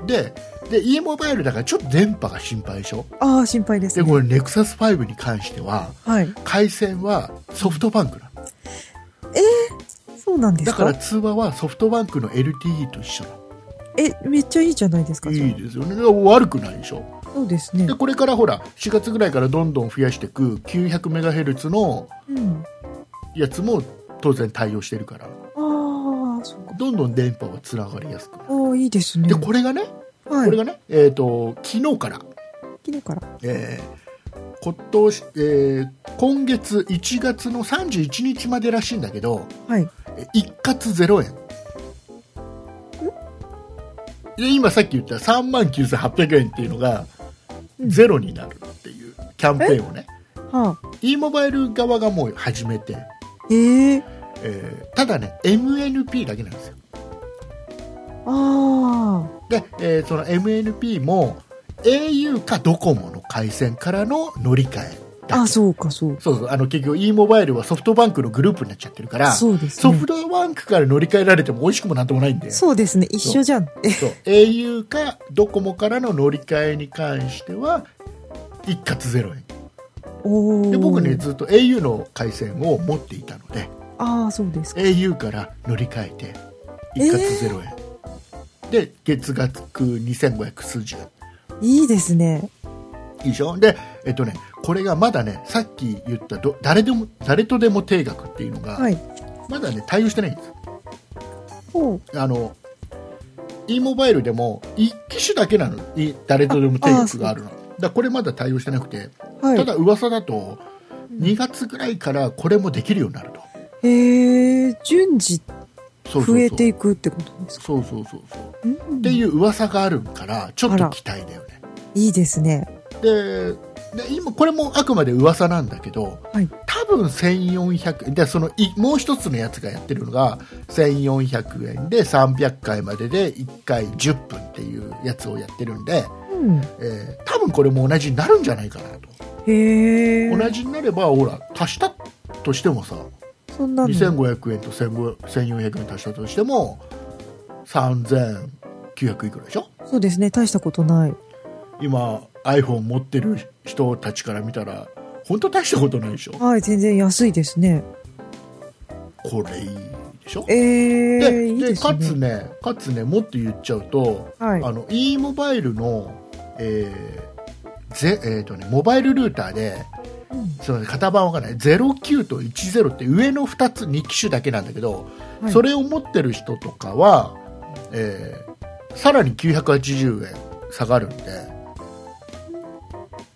Speaker 2: でで e モバイルだからちょっと電波が心配でしょ
Speaker 3: ああ、心配です
Speaker 2: で
Speaker 3: ね。
Speaker 2: これ NEXUS5 に関しては
Speaker 3: はい。
Speaker 2: 回線はソフトバンクなの
Speaker 3: そうなんです
Speaker 2: だ
Speaker 3: か
Speaker 2: から通話はソフトバンクの LTE と一緒なの
Speaker 3: え、めっちゃいいじゃないですか、じゃあ
Speaker 2: いいですよね悪くないでしょ
Speaker 3: そうですね
Speaker 2: で。これからほら4月ぐらいからどんどん増やしていく 900MHz の
Speaker 3: うん。
Speaker 2: やつも当然対応してるから
Speaker 3: ああ、そうか。
Speaker 2: どんどん電波はつながりやすくなる
Speaker 3: ああ、いいですね。
Speaker 2: でこれがね
Speaker 3: は
Speaker 2: これ
Speaker 3: い。
Speaker 2: がね、えー、と昨日から
Speaker 3: 昨日から。
Speaker 2: えー今年、えー今月1月の31日までらしいんだけど
Speaker 3: はい。
Speaker 2: えー一括0円で今さっき言った3万9800円っていうのが
Speaker 3: うん
Speaker 2: ゼロになるっていうキャンペーンをね
Speaker 3: はあ。
Speaker 2: e モバイル側がもう始めて、
Speaker 3: ええ
Speaker 2: えーただね MNP だけなんですよ
Speaker 3: あ
Speaker 2: で、えーその MNP も au かドコモの回線からの乗り換えだけ
Speaker 3: あ。あ、そうか、そう
Speaker 2: そうそうあの結局 e モバイルはソフトバンクのグループになっちゃってるから
Speaker 3: か。そうです
Speaker 2: ソ
Speaker 3: ね
Speaker 2: フ。トバンクから乗り換えられても美味しくもなんともないんで
Speaker 3: そうですね。一緒じゃん。え、
Speaker 2: そう au かドコモからの乗り換えに関しては一括0円
Speaker 3: おお。
Speaker 2: で僕ね。ずっと au の回線を持っていたので
Speaker 3: ああ、そうですか。
Speaker 2: au から乗り換えて一括0円、で月額2500数十円
Speaker 3: いいですね。
Speaker 2: いいでしょでえっとねこれがまだねさっき言ったど誰でも誰とでも定額っていうのが、
Speaker 3: はい。
Speaker 2: まだね対応してないんです
Speaker 3: ほう。
Speaker 2: あの e モバイルでも一機種だけなのい誰とでも定額があるのだからこれまだ対応してなくて、
Speaker 3: はい
Speaker 2: た。だ噂だと
Speaker 3: うん
Speaker 2: 2月ぐらいからこれもできるようになると、
Speaker 3: へえ、順次
Speaker 2: そうそうそう
Speaker 3: 増えていくってことですか
Speaker 2: そうそうそうそう
Speaker 3: うん
Speaker 2: っていう噂があるからちょっ
Speaker 3: あ
Speaker 2: と
Speaker 3: ら
Speaker 2: 期待だよね
Speaker 3: いいですね。
Speaker 2: でで今これもあくまで噂なんだけど、
Speaker 3: はい
Speaker 2: 多分1400円でそのいもう一つのやつがやってるのが1400円で300回までで1回10分っていうやつをやってるんで、
Speaker 3: うん。
Speaker 2: えー多分これも同じになるんじゃないかなと、
Speaker 3: へえ。
Speaker 2: 同じになればほら足したとしてもさ
Speaker 3: そんなの。
Speaker 2: 2500円と1500 1400円足したとしても3900いくらでしょ
Speaker 3: そうですね。大したことない。
Speaker 2: 今 iPhone 持ってる人たちから見たら本当大したことないでしょ
Speaker 3: はい、全然安いですね。
Speaker 2: これいいでしょ
Speaker 3: え
Speaker 2: で
Speaker 3: え、いい
Speaker 2: で
Speaker 3: です
Speaker 2: か
Speaker 3: ね。
Speaker 2: つねかつねもっと言っちゃうと、
Speaker 3: はい
Speaker 2: あの e モバイルのえーぜえーとね、モバイルルーターで、
Speaker 3: うん
Speaker 2: すみません型番わからない09と10って上の2つ2機種だけなんだけど、
Speaker 3: はい
Speaker 2: それを持ってる人とかは、えーさらに980円下がるんで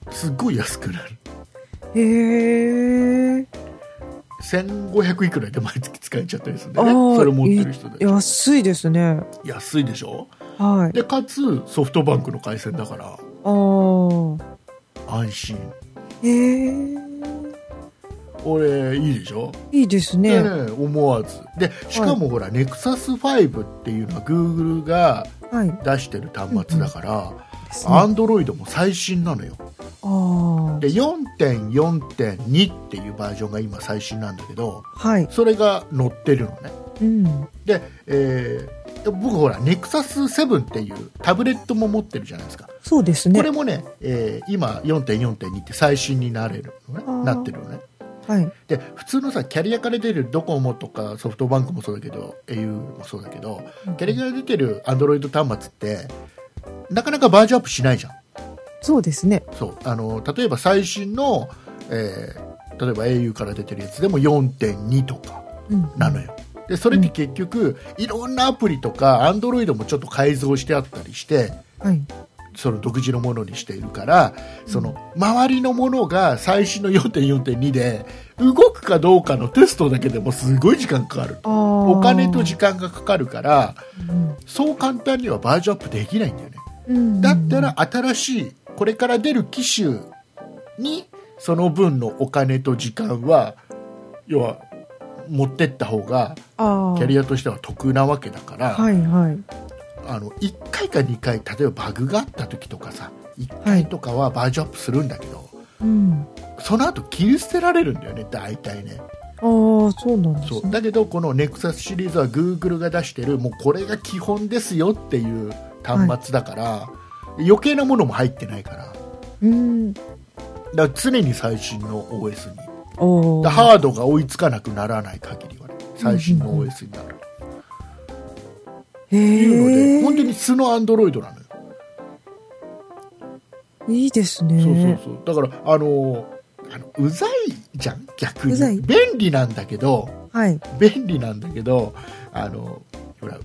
Speaker 2: すっごい安くなる
Speaker 3: へえ
Speaker 2: 1500いくらで毎月使えちゃったりするん
Speaker 3: あ
Speaker 2: でね
Speaker 3: ー
Speaker 2: それ持ってる人で
Speaker 3: 安いですね
Speaker 2: 安いでしょ
Speaker 3: はい
Speaker 2: でかつソフトバンクの回線だから
Speaker 3: ああ
Speaker 2: 安心
Speaker 3: へえ
Speaker 2: 俺いいでしょ
Speaker 3: いいです
Speaker 2: で
Speaker 3: ね
Speaker 2: ね思わずでしかもほら、ネクサス5っていうのは Google が
Speaker 3: はい
Speaker 2: 出してる端末だから、
Speaker 3: ですね
Speaker 2: アンドロイドも最新なのよ
Speaker 3: ああ
Speaker 2: で4.4.2っていうバージョンが今最新なんだけど
Speaker 3: はい
Speaker 2: それが載ってるのね
Speaker 3: うん
Speaker 2: で、えーで僕ほら NEXUS7 っていうタブレットも持ってるじゃないですか
Speaker 3: そうですね
Speaker 2: これもね、えー今4.4.2って最新になれるのね
Speaker 3: あー
Speaker 2: なってるのね
Speaker 3: はい
Speaker 2: で普通のさキャリアから出るドコモとかソフトバンクもそうだけど au もそうだけどキャリアから出てるアンドロイド端末ってなかなかバージョンアップしないじゃん
Speaker 3: そうですね
Speaker 2: そうあの例えば最新の、えー例えば au から出てるやつでも4.2とか
Speaker 3: うん
Speaker 2: なのよでそれに結局、いろんなアプリとか Android もちょっと改造してあったりして
Speaker 3: はい
Speaker 2: その独自のものにしているからその周りのものが最新の4.4.2で動くかどうかのテストだけでもすごい時間かかる
Speaker 3: ああ
Speaker 2: お金と時間がかかるから
Speaker 3: 間、
Speaker 2: そう簡単にはバージョンアップできないんだよね
Speaker 3: うん
Speaker 2: だったら新しいこれから出る機種にその分のお金と時間は要は持ってった方が
Speaker 3: ああ
Speaker 2: キャリアとしては得なわけだから、
Speaker 3: はいはい
Speaker 2: あの1回か2回例えばバグがあった時とかさ1回とかはバージョンアップするんだけど、
Speaker 3: うん
Speaker 2: その後切り捨てられるんだよね大体ね
Speaker 3: ああそうなんです
Speaker 2: そう
Speaker 3: ね
Speaker 2: だけどこの NEXUS シリーズは Google が出してるもうこれが基本ですよっていう端末だから、余計なものも入ってないから。
Speaker 3: うん
Speaker 2: だから常に最新の OS にだか
Speaker 3: お
Speaker 2: ら
Speaker 3: ー
Speaker 2: ハードが追いつかなくならない限りは、ね、最新の OS になる
Speaker 3: へ
Speaker 2: というので、
Speaker 3: え
Speaker 2: 本当に素の Android なのよ、
Speaker 3: いいですね
Speaker 2: そうそうそうだからあのーあのうざいじゃん逆に
Speaker 3: うざい
Speaker 2: 便利なんだけど
Speaker 3: はい
Speaker 2: 便利なんだけどあのほら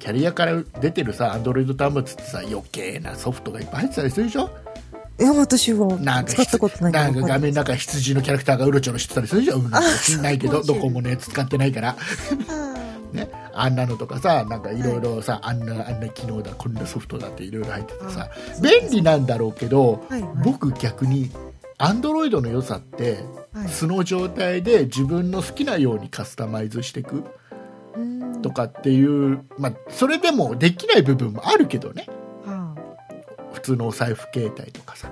Speaker 2: キャリアから出てるさ Android 端末ってさ余計なソフトがいっぱい入ってたりするでしょ
Speaker 3: いや私
Speaker 2: な
Speaker 3: は
Speaker 2: んか
Speaker 3: 使ったことない
Speaker 2: ん
Speaker 3: け
Speaker 2: か
Speaker 3: ど
Speaker 2: 画面の中羊のキャラクターがうろちょろしてたりするじゃんうんなんか知んないけどどこもね使ってないからね、あんなのとかさなんかいろいろさ、あんなあんな機能だこんなソフトだっていろいろ入っててさ便利なんだろうけど、
Speaker 3: はいはい
Speaker 2: 僕逆にアンドロイドの良さって、
Speaker 3: はい
Speaker 2: 素の状態で自分の好きなようにカスタマイズしていく
Speaker 3: うん
Speaker 2: とかっていう、まあ、それでもできない部分もあるけどね
Speaker 3: は
Speaker 2: 普通のお財布携帯とかさ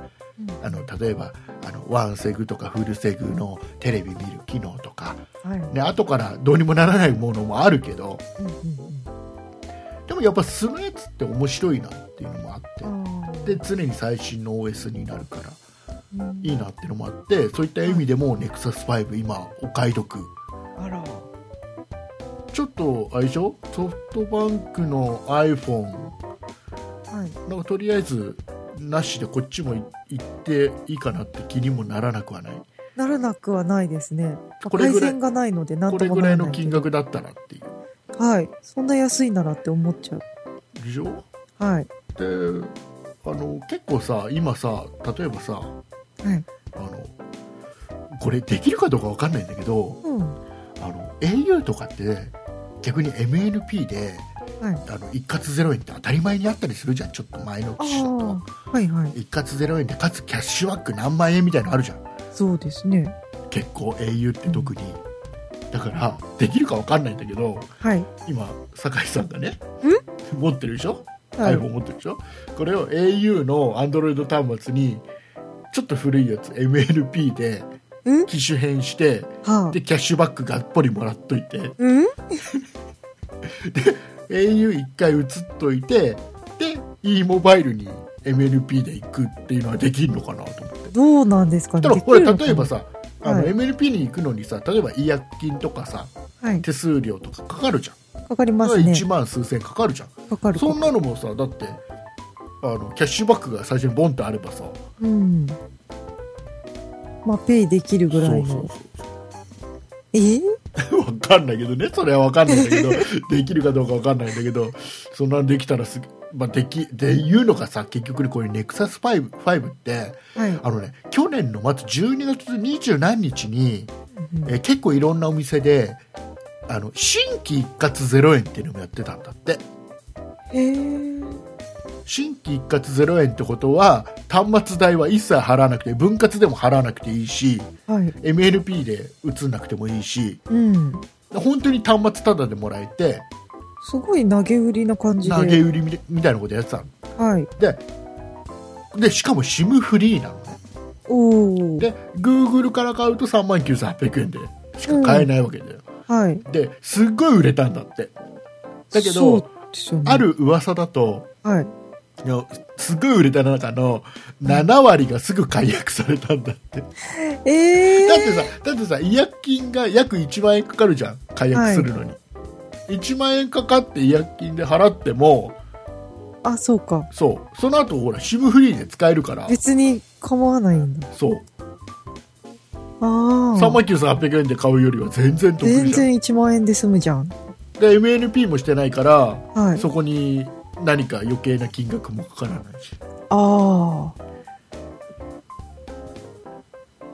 Speaker 2: あの例えばあのワンセグとかフルセグのテレビ見る機能とか、
Speaker 3: あはい
Speaker 2: ね、後からどうにもならないものもあるけど、
Speaker 3: うんうん
Speaker 2: でもやっぱ素のやつって面白いなっていうのもあっ
Speaker 3: うんあ
Speaker 2: てで常に最新の OS になるから
Speaker 3: ーうん
Speaker 2: いいなっていうのもあってそういった意味でも NEXUS5 今お買い得
Speaker 3: あら
Speaker 2: ちょっとあれでしょソフトバンクの iPhone
Speaker 3: はい
Speaker 2: なんかとりあえずなしでこっちもい行っていいかなって気にもならなくはない
Speaker 3: ならなくはないですね。
Speaker 2: これ
Speaker 3: 回
Speaker 2: ぐらい
Speaker 3: 線がないので、なん
Speaker 2: ことれ
Speaker 3: も
Speaker 2: ぐ
Speaker 3: な
Speaker 2: らい
Speaker 3: ら
Speaker 2: の
Speaker 3: ないけ
Speaker 2: 金
Speaker 3: ど。
Speaker 2: 額だったらっていう
Speaker 3: はい。そんな安いならって思っちゃう。
Speaker 2: でしょ
Speaker 3: はい。
Speaker 2: であの結構さ今さ例えばさ
Speaker 3: はい。
Speaker 2: あのこれできるかどうかわかんないんだけど、
Speaker 3: うん。
Speaker 2: あの au とかって逆に MNP で
Speaker 3: はい。
Speaker 2: あの一括0円って当たり前にあったりするじゃんちょっと前の
Speaker 3: あ
Speaker 2: 機種だと
Speaker 3: あ。はいはい。
Speaker 2: 一括0円でかつキャッシュバック何万円みたいなのあるじゃん
Speaker 3: そうですね。
Speaker 2: 結構 au って特にだからできるか分かんないんだけど
Speaker 3: はい。
Speaker 2: 今酒井さんがね持ってるでしょ、
Speaker 3: はい。
Speaker 2: iPhone 持ってるでしょこれを au の Android 端末にちょっと古いやつ MNP で
Speaker 3: うん
Speaker 2: 機種変して
Speaker 3: はあ
Speaker 2: で。キャッシュバックがっぽりもらっといて
Speaker 3: うん
Speaker 2: au 一回移っといてで e モバイルに MNP で行くっていうのはできるのかなと思って
Speaker 3: どうなんですかね。
Speaker 2: ただ
Speaker 3: でき
Speaker 2: これ
Speaker 3: るのか
Speaker 2: 例えばさあの、
Speaker 3: はい
Speaker 2: MNP に行くのにさ例えば違約金とかさ
Speaker 3: なはい。
Speaker 2: 手数料とかかかるじゃん、
Speaker 3: かかりま
Speaker 2: そ
Speaker 3: す
Speaker 2: れ
Speaker 3: ね。
Speaker 2: 1万数千かかるじゃん
Speaker 3: かかる。
Speaker 2: そんなのもさだってあのキャッシュバックが最初にボンとあればさ
Speaker 3: うん。まあ、ペイできるぐらいの。
Speaker 2: そうそう
Speaker 3: えー
Speaker 2: そう分かんないけどねそれは分かんないんだけ どできるかどうか分かんないんだけどそんなのできたらす、まあ、できでいうのがさ結局ねこれネクサス5 5って
Speaker 3: はい。
Speaker 2: あのね去年の末12月20何日に、
Speaker 3: うん
Speaker 2: えー結構いろんなお店であの新規一括0円っていうのもやってたんだって
Speaker 3: へー
Speaker 2: 新規一括0円ってことは端末代は一切払わなくて分割でも払わなくていいし
Speaker 3: はい。
Speaker 2: MNP で移んなくてもいいし
Speaker 3: うん。
Speaker 2: 本当に端末タダでもらえて
Speaker 3: すごい投げ売りな感じで。
Speaker 2: 投げ売りみみたいなことやってたの
Speaker 3: はい。
Speaker 2: でしかも SIM フリーなのね
Speaker 3: おお。
Speaker 2: で Google から買うと3万9800円でしか買えないわけだよ、
Speaker 3: はい。
Speaker 2: ですっごい売れたんだってだけ
Speaker 3: そ
Speaker 2: ど
Speaker 3: うですよね。
Speaker 2: あ。る噂だと
Speaker 3: はい。
Speaker 2: いやすごい売れた中の7割がすぐ解約されたんだって、
Speaker 3: ええー。
Speaker 2: だってさだってさ違約金が約1万円かかるじゃん解約するのに、1万円かかって違約金で払っても
Speaker 3: あ、そうか。
Speaker 2: そうその後ほら SIM フリーで使えるから
Speaker 3: 別に構わないんだ。
Speaker 2: そう
Speaker 3: ああ。
Speaker 2: 3万9800円で買うよりは全然得
Speaker 3: 全
Speaker 2: じゃん
Speaker 3: 然1万円で済むじゃん。
Speaker 2: で MNP もしてないから、
Speaker 3: はい。
Speaker 2: そこに何か余計な金額もかからないしっ
Speaker 3: ああ。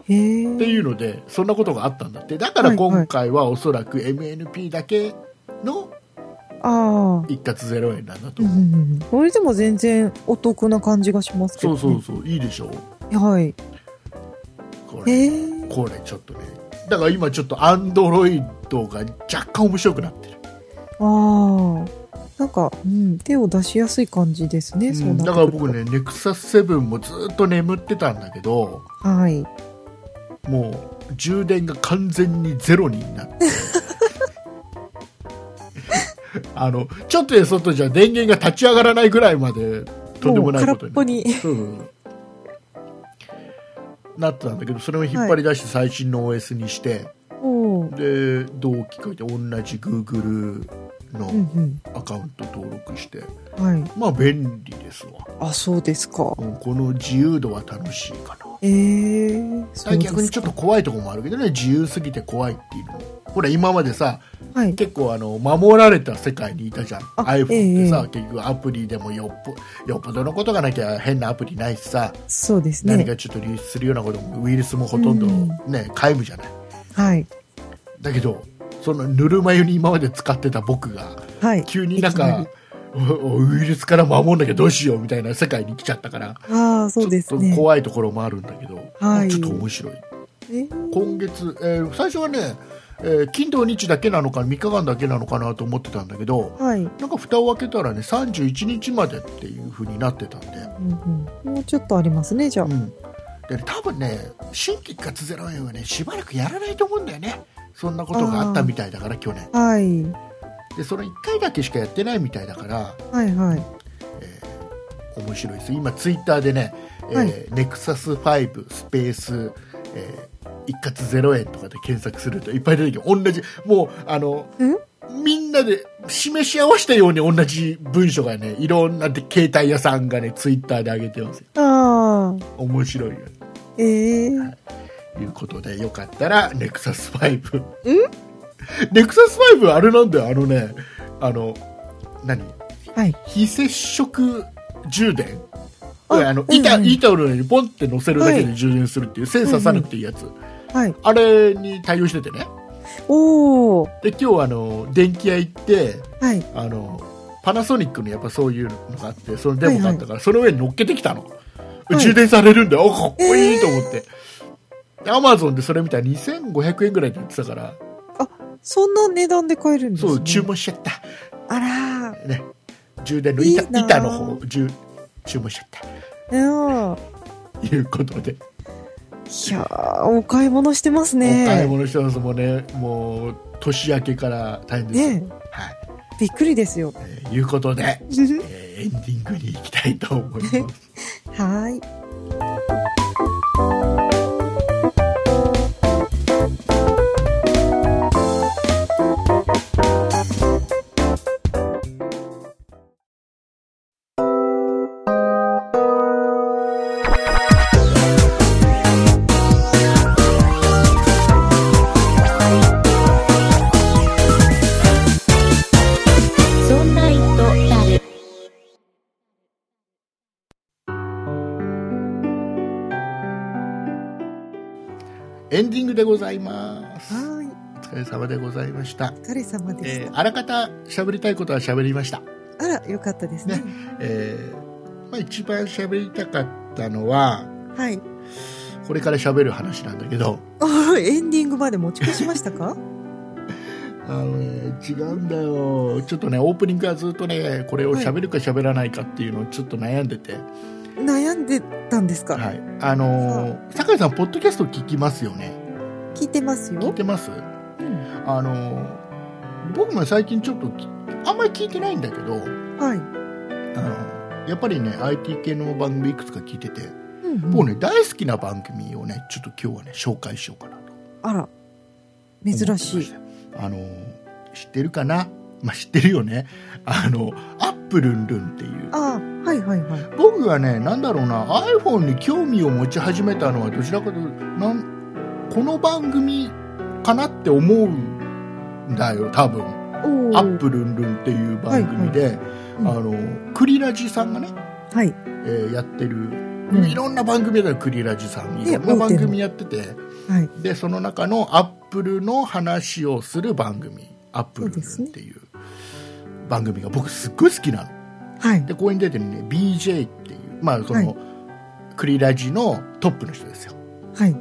Speaker 3: へえ。
Speaker 2: ていうのでそんなことがあったんだってだから
Speaker 3: はいはい
Speaker 2: 今回はおそらく MNP だけの
Speaker 3: ああ。
Speaker 2: 一括0円なんだと
Speaker 3: うんう
Speaker 2: 思う、
Speaker 3: んうんそれでも全然お得な感じがしますけ
Speaker 2: そう
Speaker 3: ど、ね。
Speaker 2: そうそういいでしょう
Speaker 3: う。はい。
Speaker 2: これ
Speaker 3: へえ。
Speaker 2: これちょっとねだから今ちょっとアンドロイドが若干面白くなってる、
Speaker 3: ああ。なんか、うん、手を出しやすい感じですね、そう
Speaker 2: うん
Speaker 3: なってくると
Speaker 2: だから僕ねネクサス7もずっと眠ってたんだけど
Speaker 3: はい。
Speaker 2: もう充電が完全にゼロになって あのちょっとや外じゃ電源が立ち上がらないぐらいまでとんでもないことに
Speaker 3: う空っぽに。
Speaker 2: うんなってたんだけどそれを引っ張り出して最新の OS にして、
Speaker 3: おう
Speaker 2: で同期会で同じ Google
Speaker 3: うんう
Speaker 2: の
Speaker 3: ん。
Speaker 2: アカウント登録して、
Speaker 3: はい。
Speaker 2: まあ便利ですわ、
Speaker 3: あ、そうですか。
Speaker 2: うんこの自由度は楽しいかな
Speaker 3: ええー。そうです
Speaker 2: 逆にちょっと怖いところもあるけどね自由すぎて怖いっていうのもほら今までさ
Speaker 3: はい。
Speaker 2: 結構あの守られた世界にいたじゃん iPhone
Speaker 3: あ
Speaker 2: っ
Speaker 3: え
Speaker 2: て
Speaker 3: え
Speaker 2: さ、結局アプリでもよっぽよっぽどのことがなきゃ変なアプリないしさ、
Speaker 3: そうです
Speaker 2: 何
Speaker 3: ね。
Speaker 2: かちょっと流出するようなこともウイルスもほとんど
Speaker 3: うん
Speaker 2: ね、皆無じゃない
Speaker 3: はい。
Speaker 2: だけどそのぬるま湯に今まで使ってた僕が
Speaker 3: はい。
Speaker 2: 急になん
Speaker 3: いきな
Speaker 2: か
Speaker 3: り
Speaker 2: おウイルスから守んなきゃどうしようみたいな世界に来ちゃったから、
Speaker 3: ああ、そうです
Speaker 2: ちょっ
Speaker 3: ね
Speaker 2: と。怖いところもあるんだけど、
Speaker 3: はい
Speaker 2: ちょっと面白い
Speaker 3: えー
Speaker 2: 今月、えー最初はね、えー金土日だけなのか3日間だけなのかなと思ってたんだけど
Speaker 3: はい。
Speaker 2: なんか蓋を開けたらね31日までっていう風になってたんで,、
Speaker 3: うんうん。もうちょっとありますね、じゃあ
Speaker 2: う。んでね多分ね新規一括0円はねしばらくやらないと思うんだよねそんなことがあったみたいだから去年
Speaker 3: はい。
Speaker 2: でその1回だけしかやってないみたいだから
Speaker 3: はいはい。
Speaker 2: 面白いです今ツイッターでね、え
Speaker 3: はい
Speaker 2: ーネクサス5スペース、えー一括0円とかで検索するといっぱい出てきて同じもうあの
Speaker 3: ん
Speaker 2: みんなで示し合わせたように同じ文章がねいろんなで携帯屋さんがねツイッターで上げてますよ
Speaker 3: ああ。
Speaker 2: 面白いよ
Speaker 3: ええー。
Speaker 2: ということでよかったらネクサス5ネクサス5あれなんだよあのねあの何
Speaker 3: はい。
Speaker 2: 非接触充電
Speaker 3: あ
Speaker 2: あの
Speaker 3: うんうん
Speaker 2: 板,、板の上にポンって乗せるだけで充電するっていう、線刺さなくていいやつ、
Speaker 3: はい。
Speaker 2: あれに対応しててね
Speaker 3: おお。
Speaker 2: で今日あの電気屋行って
Speaker 3: はい。
Speaker 2: あのパナソニックのやっぱそういうのがあってそのデモがあったから、その上に乗っけてきたの、
Speaker 3: い
Speaker 2: 充電されるんだよおかっこいいと思って、アマゾンでそれ見たら2500円ぐらいで売ってたから
Speaker 3: そんな値段で買えるんですね。
Speaker 2: そう注文しちゃった
Speaker 3: あら
Speaker 2: ね充電の板
Speaker 3: いいなあ
Speaker 2: 板の方じゅ注文しちゃった
Speaker 3: ー。うん。
Speaker 2: ということで
Speaker 3: いやーお買い物してますね。
Speaker 2: お買い物してますもんねもう年明けから大変ですよ、
Speaker 3: ね
Speaker 2: はい
Speaker 3: びっくりですよ。
Speaker 2: えーいうこと で、えーエンディングに行きたいと思います
Speaker 3: はい。
Speaker 2: 「エンディングでございます。
Speaker 3: はーい。
Speaker 2: お疲れ様でございました。
Speaker 3: お疲れ様でし
Speaker 2: え
Speaker 3: た。
Speaker 2: ーあらかた喋りたいことは喋りました。
Speaker 3: あら、よかったですね。
Speaker 2: えーまあ、一番喋りたかったのは、
Speaker 3: はい。
Speaker 2: これから喋る話なんだけど、
Speaker 3: おいエンディングまで持ち越しましたか
Speaker 2: あのね、違うんだよ。ちょっとね、オープニングはずっとね、これを喋るか喋らないかっていうのをちょっと悩んでて、
Speaker 3: 悩んでたんですか、
Speaker 2: はい。あのー、酒井さん、ポッドキャスト聞きますよね。
Speaker 3: 聞いてます
Speaker 2: 聞い
Speaker 3: よ。
Speaker 2: てます
Speaker 3: うん
Speaker 2: あの僕も最近ちょっときあんまり聞いてないんだけど
Speaker 3: はい。
Speaker 2: あのやっぱりね IT 系の番組いくつか聞いてて、
Speaker 3: うんうん
Speaker 2: もうね大好きな番組をねちょっと今日はね紹介しようかなと
Speaker 3: あら、珍しい。
Speaker 2: 思ってましたあの知ってるかなまあ知ってるよねあのアップルンルンっていう
Speaker 3: ああ、はいはいはい。
Speaker 2: 僕がねなんだろうな iPhone に興味を持ち始めたのはどちらかというとなんこの番組かなって思うんだよ多分
Speaker 3: おお。
Speaker 2: アップルンルンっていう番組で、
Speaker 3: うん
Speaker 2: あのクリラジさんがね、
Speaker 3: はい。
Speaker 2: えーやってる、
Speaker 3: うん
Speaker 2: いろんな番組だよクリラジさんい
Speaker 3: で
Speaker 2: ろんな
Speaker 3: 大手
Speaker 2: 番
Speaker 3: の
Speaker 2: 組やってて
Speaker 3: はい。
Speaker 2: でその中のアップルの話をする番組アップルンルンっていう番組が僕すっごい好きなの
Speaker 3: はい。
Speaker 2: でここに出てるね BJ っていうまあその、
Speaker 3: は
Speaker 2: クリラジのトップの人ですよ、
Speaker 3: はい。
Speaker 2: え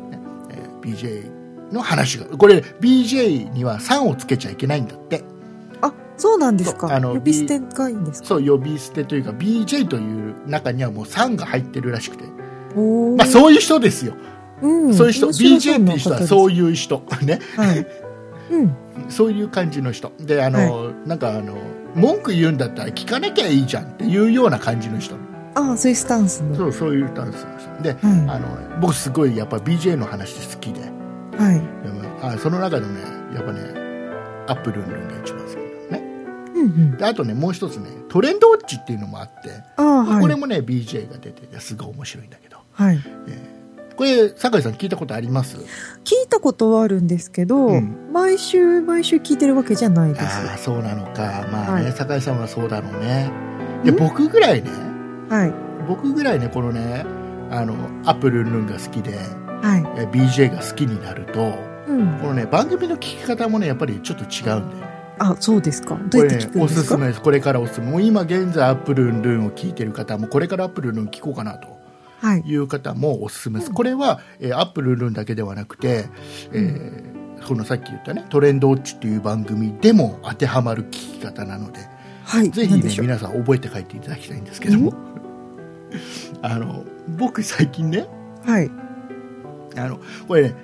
Speaker 2: ー BJ の話がこれ BJ には「3」をつけちゃいけないんだって
Speaker 3: あ、そうなんです
Speaker 2: そうあ
Speaker 3: か。
Speaker 2: の
Speaker 3: 呼び捨てがいいんですか
Speaker 2: そう呼び捨てというか BJ という中にはもう3が入ってるらしくて、
Speaker 3: おお。
Speaker 2: まあ、そういう人ですよ、
Speaker 3: うん
Speaker 2: そういう人
Speaker 3: 面白そ
Speaker 2: BJ っていう人はそういう人 ね
Speaker 3: うな方です。はい。うん。
Speaker 2: そういう感じの人であの、なんかあの文句言うんだったら聞かなきゃいいじゃんっていうような感じの人
Speaker 3: ああ、そういうスタンスの。
Speaker 2: そうそういうダンスの人で、
Speaker 3: うん
Speaker 2: あの僕すごいやっぱ BJ の話好きでで
Speaker 3: はい。
Speaker 2: もあその中でもねやっぱねアップルンルンが一番好きなのね
Speaker 3: うんうん。
Speaker 2: であとねもう一つねトレンドウォッチっていうのもあって、
Speaker 3: ああ、はい。
Speaker 2: これもね BJ が出ててすごい面白いんだけど
Speaker 3: はい。
Speaker 2: これ酒井さん聞いたことあります
Speaker 3: 聞いたことはあるんですけど、
Speaker 2: うん
Speaker 3: 毎週毎週聞いてるわけじゃないです。
Speaker 2: ああそうなのかまあね、
Speaker 3: はい
Speaker 2: 酒井さんはそうだろうねで
Speaker 3: ん
Speaker 2: 僕ぐらいね
Speaker 3: はい。
Speaker 2: 僕ぐらいねこのねあのアップルンルンが好きで
Speaker 3: はい。
Speaker 2: え BJ が好きになると
Speaker 3: うん。
Speaker 2: このね番組の聞き方もねやっぱりちょっと違うんだよね
Speaker 3: あ、そうですか。
Speaker 2: こ
Speaker 3: どう
Speaker 2: れ
Speaker 3: やって
Speaker 2: ね
Speaker 3: 聞くん
Speaker 2: お
Speaker 3: ですす
Speaker 2: す
Speaker 3: か
Speaker 2: めですこれからおすすめもう今現在アップルンルンを聞いてる方もこれからアップルンルン聞こうかなと
Speaker 3: はい。
Speaker 2: いう方もおすすめです、
Speaker 3: うん
Speaker 2: これは、えー、アップルルンだけではなくて、えーこのさっき言ったね「トレンドウォッチ」っていう番組でも当てはまる聞き方なので
Speaker 3: はい。
Speaker 2: ぜひ
Speaker 3: 何
Speaker 2: ね
Speaker 3: でしょう。
Speaker 2: 皆さん覚えて帰っていただきたいんですけども あの僕最近ね
Speaker 3: はい。
Speaker 2: あのこれね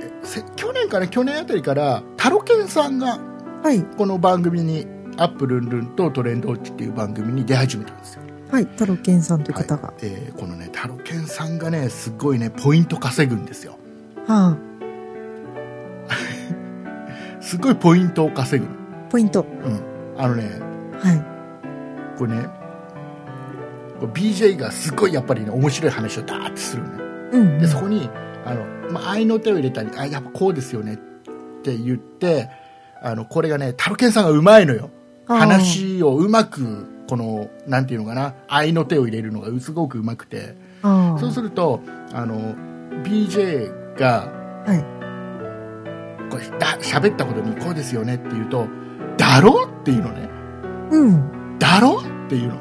Speaker 2: えせ去年から去年あたりからタロケンさんが
Speaker 3: はい。
Speaker 2: この番組に「アップルンルン」と「トレンドウォッチ」っていう番組に出始めたんですよ
Speaker 3: はい。太郎健さんという方が。
Speaker 2: はいえーこのねタロケンさんがねすごいねポイント稼ぐんですよ
Speaker 3: は
Speaker 2: すごいポイントを稼ぐ、
Speaker 3: あ。ポイント。
Speaker 2: うん、あのね
Speaker 3: は
Speaker 2: これねこれ BJ がすごいやっぱりね面白い話をダーッてするのね
Speaker 3: い。うん。
Speaker 2: でそこにあの、まあ、愛の手を入れたりあやっぱこうですよねって言ってあのこれがねタロケンさんがうまいのよ
Speaker 3: あー
Speaker 2: 話をうまくこのなんていうのかな愛の手を入れるのがすごくうまくて
Speaker 3: ああ。
Speaker 2: そうするとあの BJ が
Speaker 3: はい。
Speaker 2: こうだ喋ったことにこうですよねって言うと「だろ?」っていうのね
Speaker 3: う
Speaker 2: 「
Speaker 3: ん。
Speaker 2: だろ?」っていうの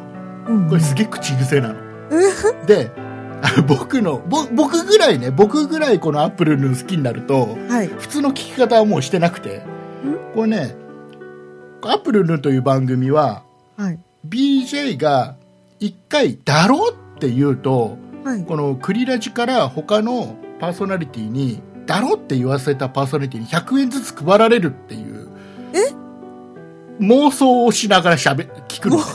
Speaker 3: うん。
Speaker 2: これすげえ口癖なの。
Speaker 3: う
Speaker 2: で、 あの僕の、ぼ僕ぐらいね、僕ぐらいこのアップルの好きになると、
Speaker 3: はい。
Speaker 2: 普通の聞き方はもうしてなくて、これね、アップルヌという番組は、
Speaker 3: はい。
Speaker 2: BJ が一回、だろって言うと、
Speaker 3: はい。
Speaker 2: このクリラジから他のパーソナリティに、だろって言わせたパーソナリティに100円ずつ配られるっていう、妄想をしながら喋、聞くの
Speaker 3: も。う、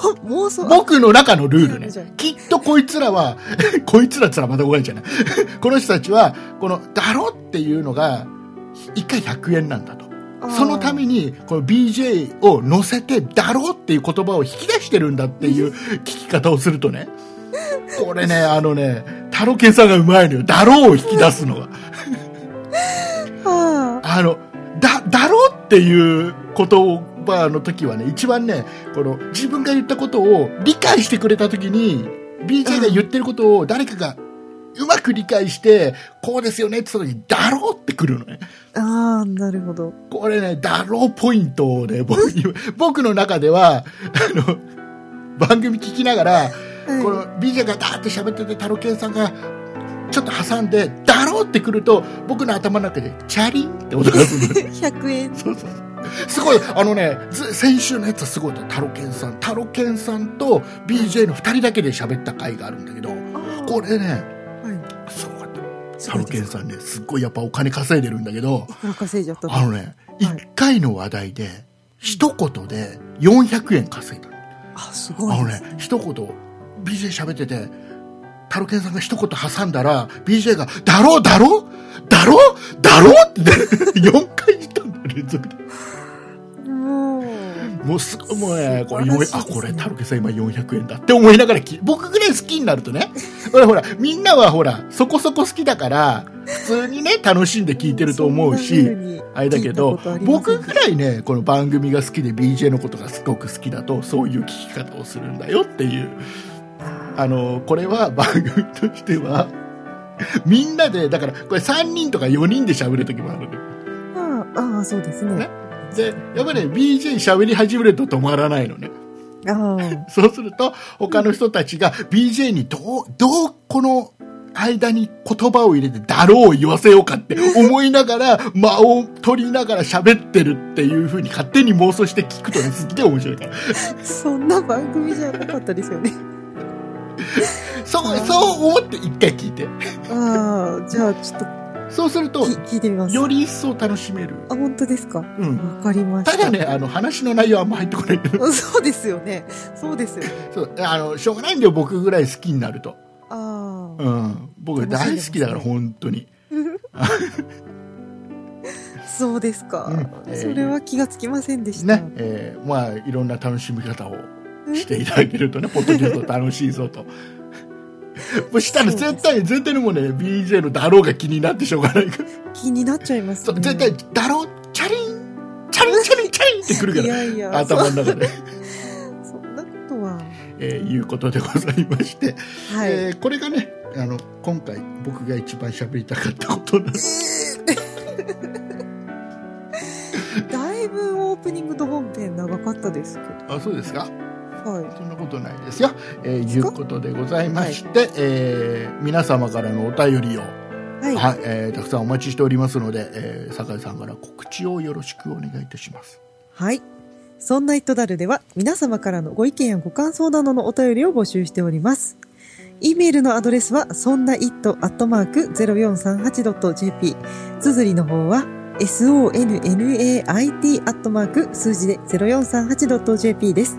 Speaker 3: 妄想。
Speaker 2: 僕の中のルールね
Speaker 3: ルールじゃん。
Speaker 2: きっとこいつらは、 こいつらって言ったらまたごめんじゃない。 この人たちは、この、だろっていうのが、一回100円なんだと。
Speaker 3: あー
Speaker 2: そのために、この BJ を乗せて、だろっていう言葉を引き出してるんだって いう聞き方をするとね。これね、あのね、タロケンさんがうまいのよ。だろを引き出すのが。
Speaker 3: はあ。
Speaker 2: あの、だ、だろっていう言葉の時はね、一番ね、この自分が言ったことを理解してくれた時に、BJ が言ってることを誰かがうまく理解して、こうですよねって言った時に、だろうってくるのね。
Speaker 3: ああ、なるほど。
Speaker 2: これね、だろうポイントをね、僕今 僕の中では、あの、番組聞きながら、この
Speaker 3: は
Speaker 2: BJ がダーって喋ってて、タロケンさんが、ちょっと挟んで、だろうってくると、僕の頭の中で、チャリンって音がするの
Speaker 3: い。100円。
Speaker 2: そうそうそうすごい、あのね、ず先週のやつはすごいと、タロケンさん、タロケンさんと BJ の2人だけで喋った回があるんだけど、
Speaker 3: あー
Speaker 2: これね、
Speaker 3: は
Speaker 2: すごかった。
Speaker 3: い。
Speaker 2: タロケンさんね、すっごいやっぱお金稼いでるんだけど
Speaker 3: い、くら稼いじゃったの
Speaker 2: あのね、
Speaker 3: はい
Speaker 2: 1回の話題で、一言で400円稼いだの。
Speaker 3: あ、すご
Speaker 2: あ
Speaker 3: い
Speaker 2: の
Speaker 3: で
Speaker 2: ね
Speaker 3: す。、
Speaker 2: 一言、BJ 喋ってて、タロケンさんが一言挟んだら、BJ が、だろうだろうだろうだろうって、4回言ったんだよ、連続で。
Speaker 3: もう。
Speaker 2: もうすごいもうね、これ、
Speaker 3: 素晴らしい
Speaker 2: あ、
Speaker 3: ですね
Speaker 2: これ、タロケさん今400円だって思いながらき、僕ぐらい好きになるとね、ほらほら、みんなはほら、そこそこ好きだから、普通にね、楽しんで聞いてると思う
Speaker 3: そんな風
Speaker 2: し、
Speaker 3: に
Speaker 2: あれだけど
Speaker 3: 聞いたことあ、りませ
Speaker 2: 僕
Speaker 3: ん
Speaker 2: ぐらいね、この番組が好きで BJ のことがすごく好きだと、そういう聞き方をするんだよっていう、あの、これは番組としては、みんなで、だから、これ3人とか4人で喋るときもあるのよ
Speaker 3: あーあー、そうです
Speaker 2: ね
Speaker 3: ね。
Speaker 2: で、やっぱりね、BJ 喋り始めると止まらないのね。
Speaker 3: ああ。
Speaker 2: そうすると、他の人たちが BJ にどう、どうこの間に言葉を入れてだろうを言わせようかって思いながら、間を取りながら喋ってるっていう風に勝手に妄想して聞くとね、すっげえ面白いから。
Speaker 3: そんな番組じゃなかったですよね。
Speaker 2: そう、そう思って一回聞いて。
Speaker 3: ああ、じゃあちょっと
Speaker 2: そうすると、
Speaker 3: き聞いてみます。
Speaker 2: より一層楽しめる。
Speaker 3: あ、本当ですか。
Speaker 2: うん。
Speaker 3: わかりました。
Speaker 2: ただね、あの、話の内容はあんま入ってこないけど、
Speaker 3: うん。 そうですよね。そうですよね。
Speaker 2: そう、あの、しょうがないんだよ、僕ぐらい好きになると。
Speaker 3: ああ、
Speaker 2: うん。僕大好きだから、
Speaker 3: 楽しいですね
Speaker 2: 本当に。
Speaker 3: そうですか、
Speaker 2: うん
Speaker 3: それは気がつきませんでした。
Speaker 2: ね、えーまあ、いろんな楽しみ方をしていただけるとね、ポッドキャスト楽しいぞと。もうしたら絶対、絶対にもうね、BJ のだろうが気になってしょうがないから。
Speaker 3: 気になっちゃいます、
Speaker 2: そう
Speaker 3: ね。
Speaker 2: 絶対、だろう、チャリン、チャリン、チャリン、チャリンってくる
Speaker 3: い
Speaker 2: か
Speaker 3: やいや、
Speaker 2: ら、頭の中で、
Speaker 3: そそんなことは。
Speaker 2: えーいうことでございまして、
Speaker 3: はい。
Speaker 2: えーこれがね、あの、今回僕が一番喋りたかったことなんです。
Speaker 3: だいぶオープニングと本編長かったですけど。
Speaker 2: あ、そうですか
Speaker 3: は
Speaker 2: そんなことないですよ。えーいうことでございまして、えー皆様からのお便りを、
Speaker 3: い。はい。
Speaker 2: はい、えーたくさんお待ちしておりますので、えー酒井さんから告知をよろしくお願いいたします。
Speaker 3: はい。そんなイットダルでは皆様からのご意見やご感想などのお便りを募集しております。e メールのアドレスは、そんな it.0438.jp。綴りの方は、sonnait. 数字で 0438.jp です。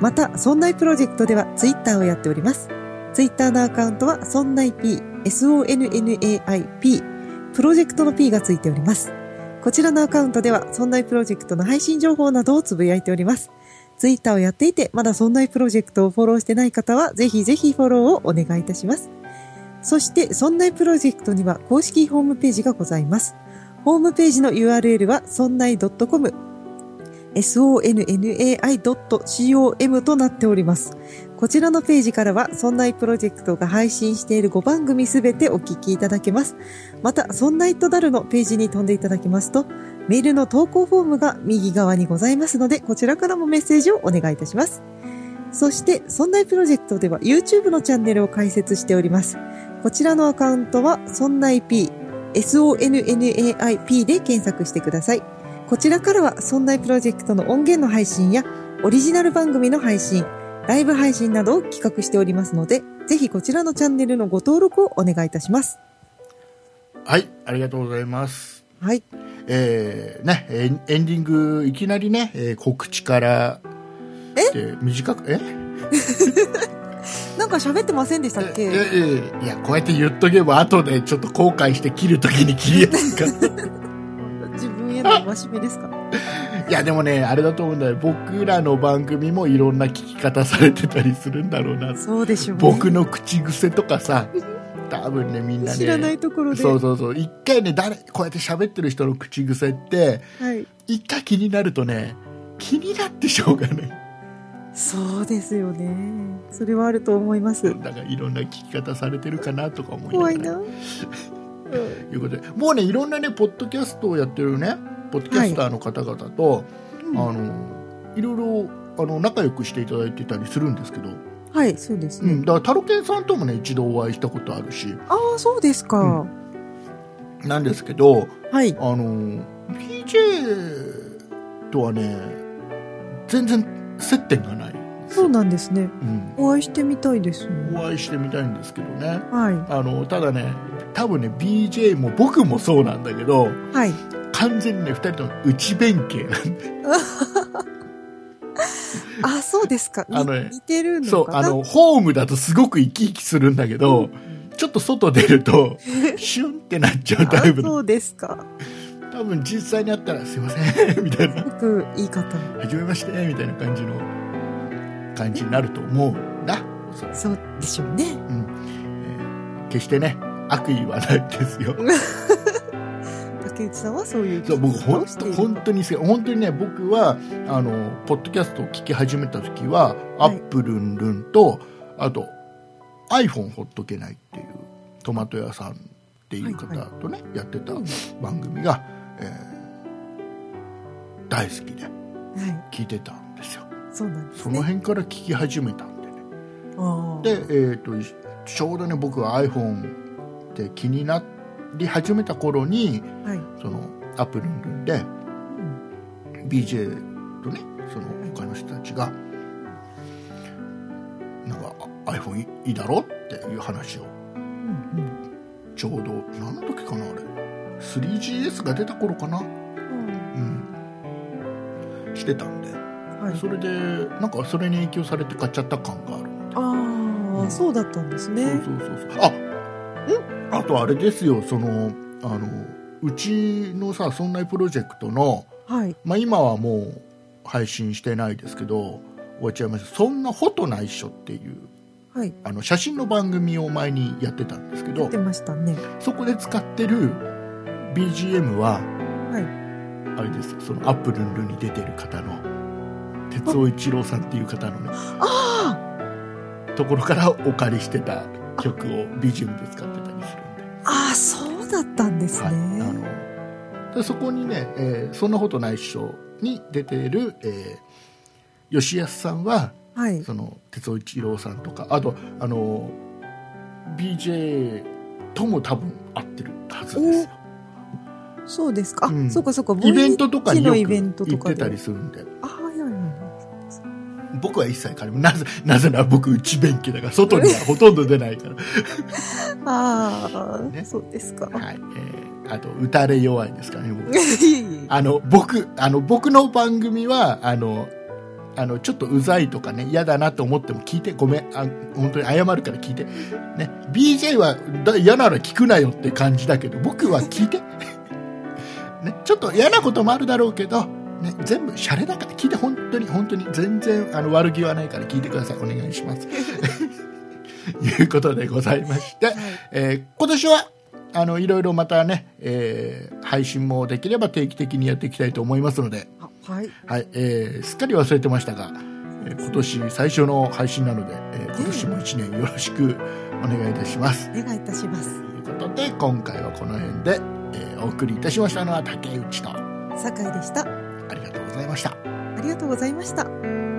Speaker 3: また、そんないプロジェクトではツイッターをやっております。ツイッターのアカウントは、そんない p、sonnaip。プロジェクトの p がついております。こちらのアカウントでは、そんないプロジェクトの配信情報などをつぶやいております。ツイッターをやっていて、まだそんないプロジェクトをフォローしてない方は、ぜひぜひフォローをお願いいたします。そして、そんないプロジェクトには公式ホームページがございます。ホームページの URL は、そんない .com、sonnai.com となっております。こちらのページからは、そんないプロジェクトが配信している5番組すべてお聞きいただけます。また、そんなイットダルのページに飛んでいただきますと、メールの投稿フォームが右側にございますので、こちらからもメッセージをお願いいたします。そして、そんないプロジェクトでは YouTube のチャンネルを開設しております。こちらのアカウントは、そんない P、SONNAIP で検索してください。こちらからは、そんないプロジェクトの音源の配信や、オリジナル番組の配信、ライブ配信などを企画しておりますので、ぜひこちらのチャンネルのご登録をお願いいたします。
Speaker 2: はい、ありがとうございます。
Speaker 3: はい。
Speaker 2: えーね、エンエンディング、いきなりね、えー告知から、え短く、え
Speaker 3: なんか喋ってませんでしたっ
Speaker 2: ええ
Speaker 3: け
Speaker 2: えいや、こうやって言っとけば、後でちょっと後悔して切るときに切りやすいから。
Speaker 3: 自分への戒めですか
Speaker 2: いや、でもね、あれだと思うんだよ。僕らの番組もいろんな聞き方されてたりするんだろうな。
Speaker 3: そうでしょうね。
Speaker 2: 僕の口癖とかさ、多分ね、みんなね。
Speaker 3: 知らないところで。
Speaker 2: そうそうそう一回ね誰こうやって喋ってる人の口癖って
Speaker 3: はい。
Speaker 2: 一回気になるとね気になってしょうがない
Speaker 3: そうですよね。それはあると思います。
Speaker 2: だからいろんな聞き方されてるかなとか思いながら
Speaker 3: 怖いな。
Speaker 2: ということでもうねいろんなねポッドキャストをやってるねポッドキャスターの方々と、あのいろいろあの仲良くしていただいてたりするんですけど、
Speaker 3: はい、そうです
Speaker 2: う
Speaker 3: ね。
Speaker 2: ん、だからタロケンさんともね一度お会いしたことあるし
Speaker 3: ああ、そうですか。
Speaker 2: なんですけど
Speaker 3: はい。
Speaker 2: あの BJ とはね全然接点がない、
Speaker 3: そうなんですね。
Speaker 2: うん、
Speaker 3: お会いしてみたいですね。
Speaker 2: お会いしてみたいんですけどね
Speaker 3: は
Speaker 2: あのただね多分ね BJ も僕もそうなんだけど
Speaker 3: い。はい。
Speaker 2: 完全にね2人とも内弁慶なんで
Speaker 3: あ、そうですか。に
Speaker 2: あのね
Speaker 3: 似てる
Speaker 2: そ
Speaker 3: の
Speaker 2: う
Speaker 3: かな。
Speaker 2: あのホームだとすごく生き生きするんだけど、ちょっと外出るとシュンってなっちゃうタイプ
Speaker 3: あ
Speaker 2: の
Speaker 3: そうですか。
Speaker 2: 多分実際に会ったら「すいません」み たいな
Speaker 3: すごくいい方。
Speaker 2: 「はじめまして」みたいな感じの感じになると思うんだ、
Speaker 3: そうでしょうね。
Speaker 2: えー決してね悪意はないですよ
Speaker 3: 竹内さんはそういう
Speaker 2: そう僕本
Speaker 3: し
Speaker 2: 当
Speaker 3: ている
Speaker 2: 本当に好き本当にね僕はあのポッドキャストを聞き始めた時は、ア
Speaker 3: はい
Speaker 2: ップルンルンとあと iPhone ほっとけないっていうトマト屋さんっていう方とね、やってた
Speaker 3: うん
Speaker 2: 番組が、えー大好きで
Speaker 3: はい、
Speaker 2: 聞いてたんですよ
Speaker 3: そうなんです
Speaker 2: そ
Speaker 3: ね。
Speaker 2: の辺から聞き始めたんでね
Speaker 3: あ
Speaker 2: で、
Speaker 3: ー
Speaker 2: えー、といちょうどね僕は iPhone って気になり始めた頃に
Speaker 3: はい、
Speaker 2: そのアップルンルンで
Speaker 3: うん、
Speaker 2: BJ とねその他の人たちがなんかあ iPhone いいいだろっていう話を
Speaker 3: うん、
Speaker 2: ちょうど何の時かなあれ 3GS が出た頃かな
Speaker 3: うん、
Speaker 2: うんしてたんで
Speaker 3: はい。
Speaker 2: それでなんかそれに影響されて買っちゃった感がある
Speaker 3: ああ、そうだったんですね。
Speaker 2: そうそうそうそうああとあれですよそのあのうちのさ「そんなプロジェクトの」
Speaker 3: はい。
Speaker 2: まあ、今はもう配信してないですけど終わっちゃいましたそんな「フォトないっしょ」っていう
Speaker 3: はい。
Speaker 2: あの写真の番組を前にやってたんですけど
Speaker 3: 出ましたね。
Speaker 2: そこで使ってる BGM は
Speaker 3: はい。
Speaker 2: あれですそのアップルンルに出てる方の哲夫一郎さんっていう方のね
Speaker 3: あ
Speaker 2: ところからお借りしてた曲を BGM で使ってたりするんで
Speaker 3: あ、ああ、そうだったんですね。
Speaker 2: はい、あのでそこにね、えーそんなことないっしょ」に出ている、えー吉安さんは
Speaker 3: はい。
Speaker 2: その哲夫一郎さんとかあとあの BJ とも多分合ってるはずですよ
Speaker 3: そうですか。あ、
Speaker 2: うん
Speaker 3: そうかそうか。
Speaker 2: イベントとかによ
Speaker 3: ボ
Speaker 2: く
Speaker 3: イチのイベント
Speaker 2: 行っ
Speaker 3: と
Speaker 2: て
Speaker 3: かで。
Speaker 2: たりするんで
Speaker 3: ああ、いやいやいや。
Speaker 2: 僕は一切借りなぜなぜなら僕内弁慶だから外にはほとんど出ない から
Speaker 3: ああ、
Speaker 2: ね
Speaker 3: そうですか。
Speaker 2: はい、えーあと打たれ弱いですからね僕
Speaker 3: いえ いえ
Speaker 2: あの僕あの僕の番組はあのあのちょっとうざいとかね嫌だなと思っても聞いてごめんあ本当に謝るから聞いて、ね、BJ はだ嫌なら聞くなよって感じだけど僕は聞いて、 ね、ちょっと嫌なこともあるだろうけど、ね、全部シャレだから聞いて本当に本当に全然あの悪気はないから聞いてくださいお願いしますいうことでございまして、えー今年はあのいろいろまたね、えー配信もできれば定期的にやっていきたいと思いますので、
Speaker 3: あはい。
Speaker 2: はいえーすっかり忘れてましたが、えー今年最初の配信なので、えー今年も1年よろしくお願いいたします。
Speaker 3: お願いいたします
Speaker 2: と。いうことで今回はこの辺で、えーお送りいたしましたのは竹内とあ
Speaker 3: 酒井でした。
Speaker 2: りがとうございました。
Speaker 3: ありがとうございました。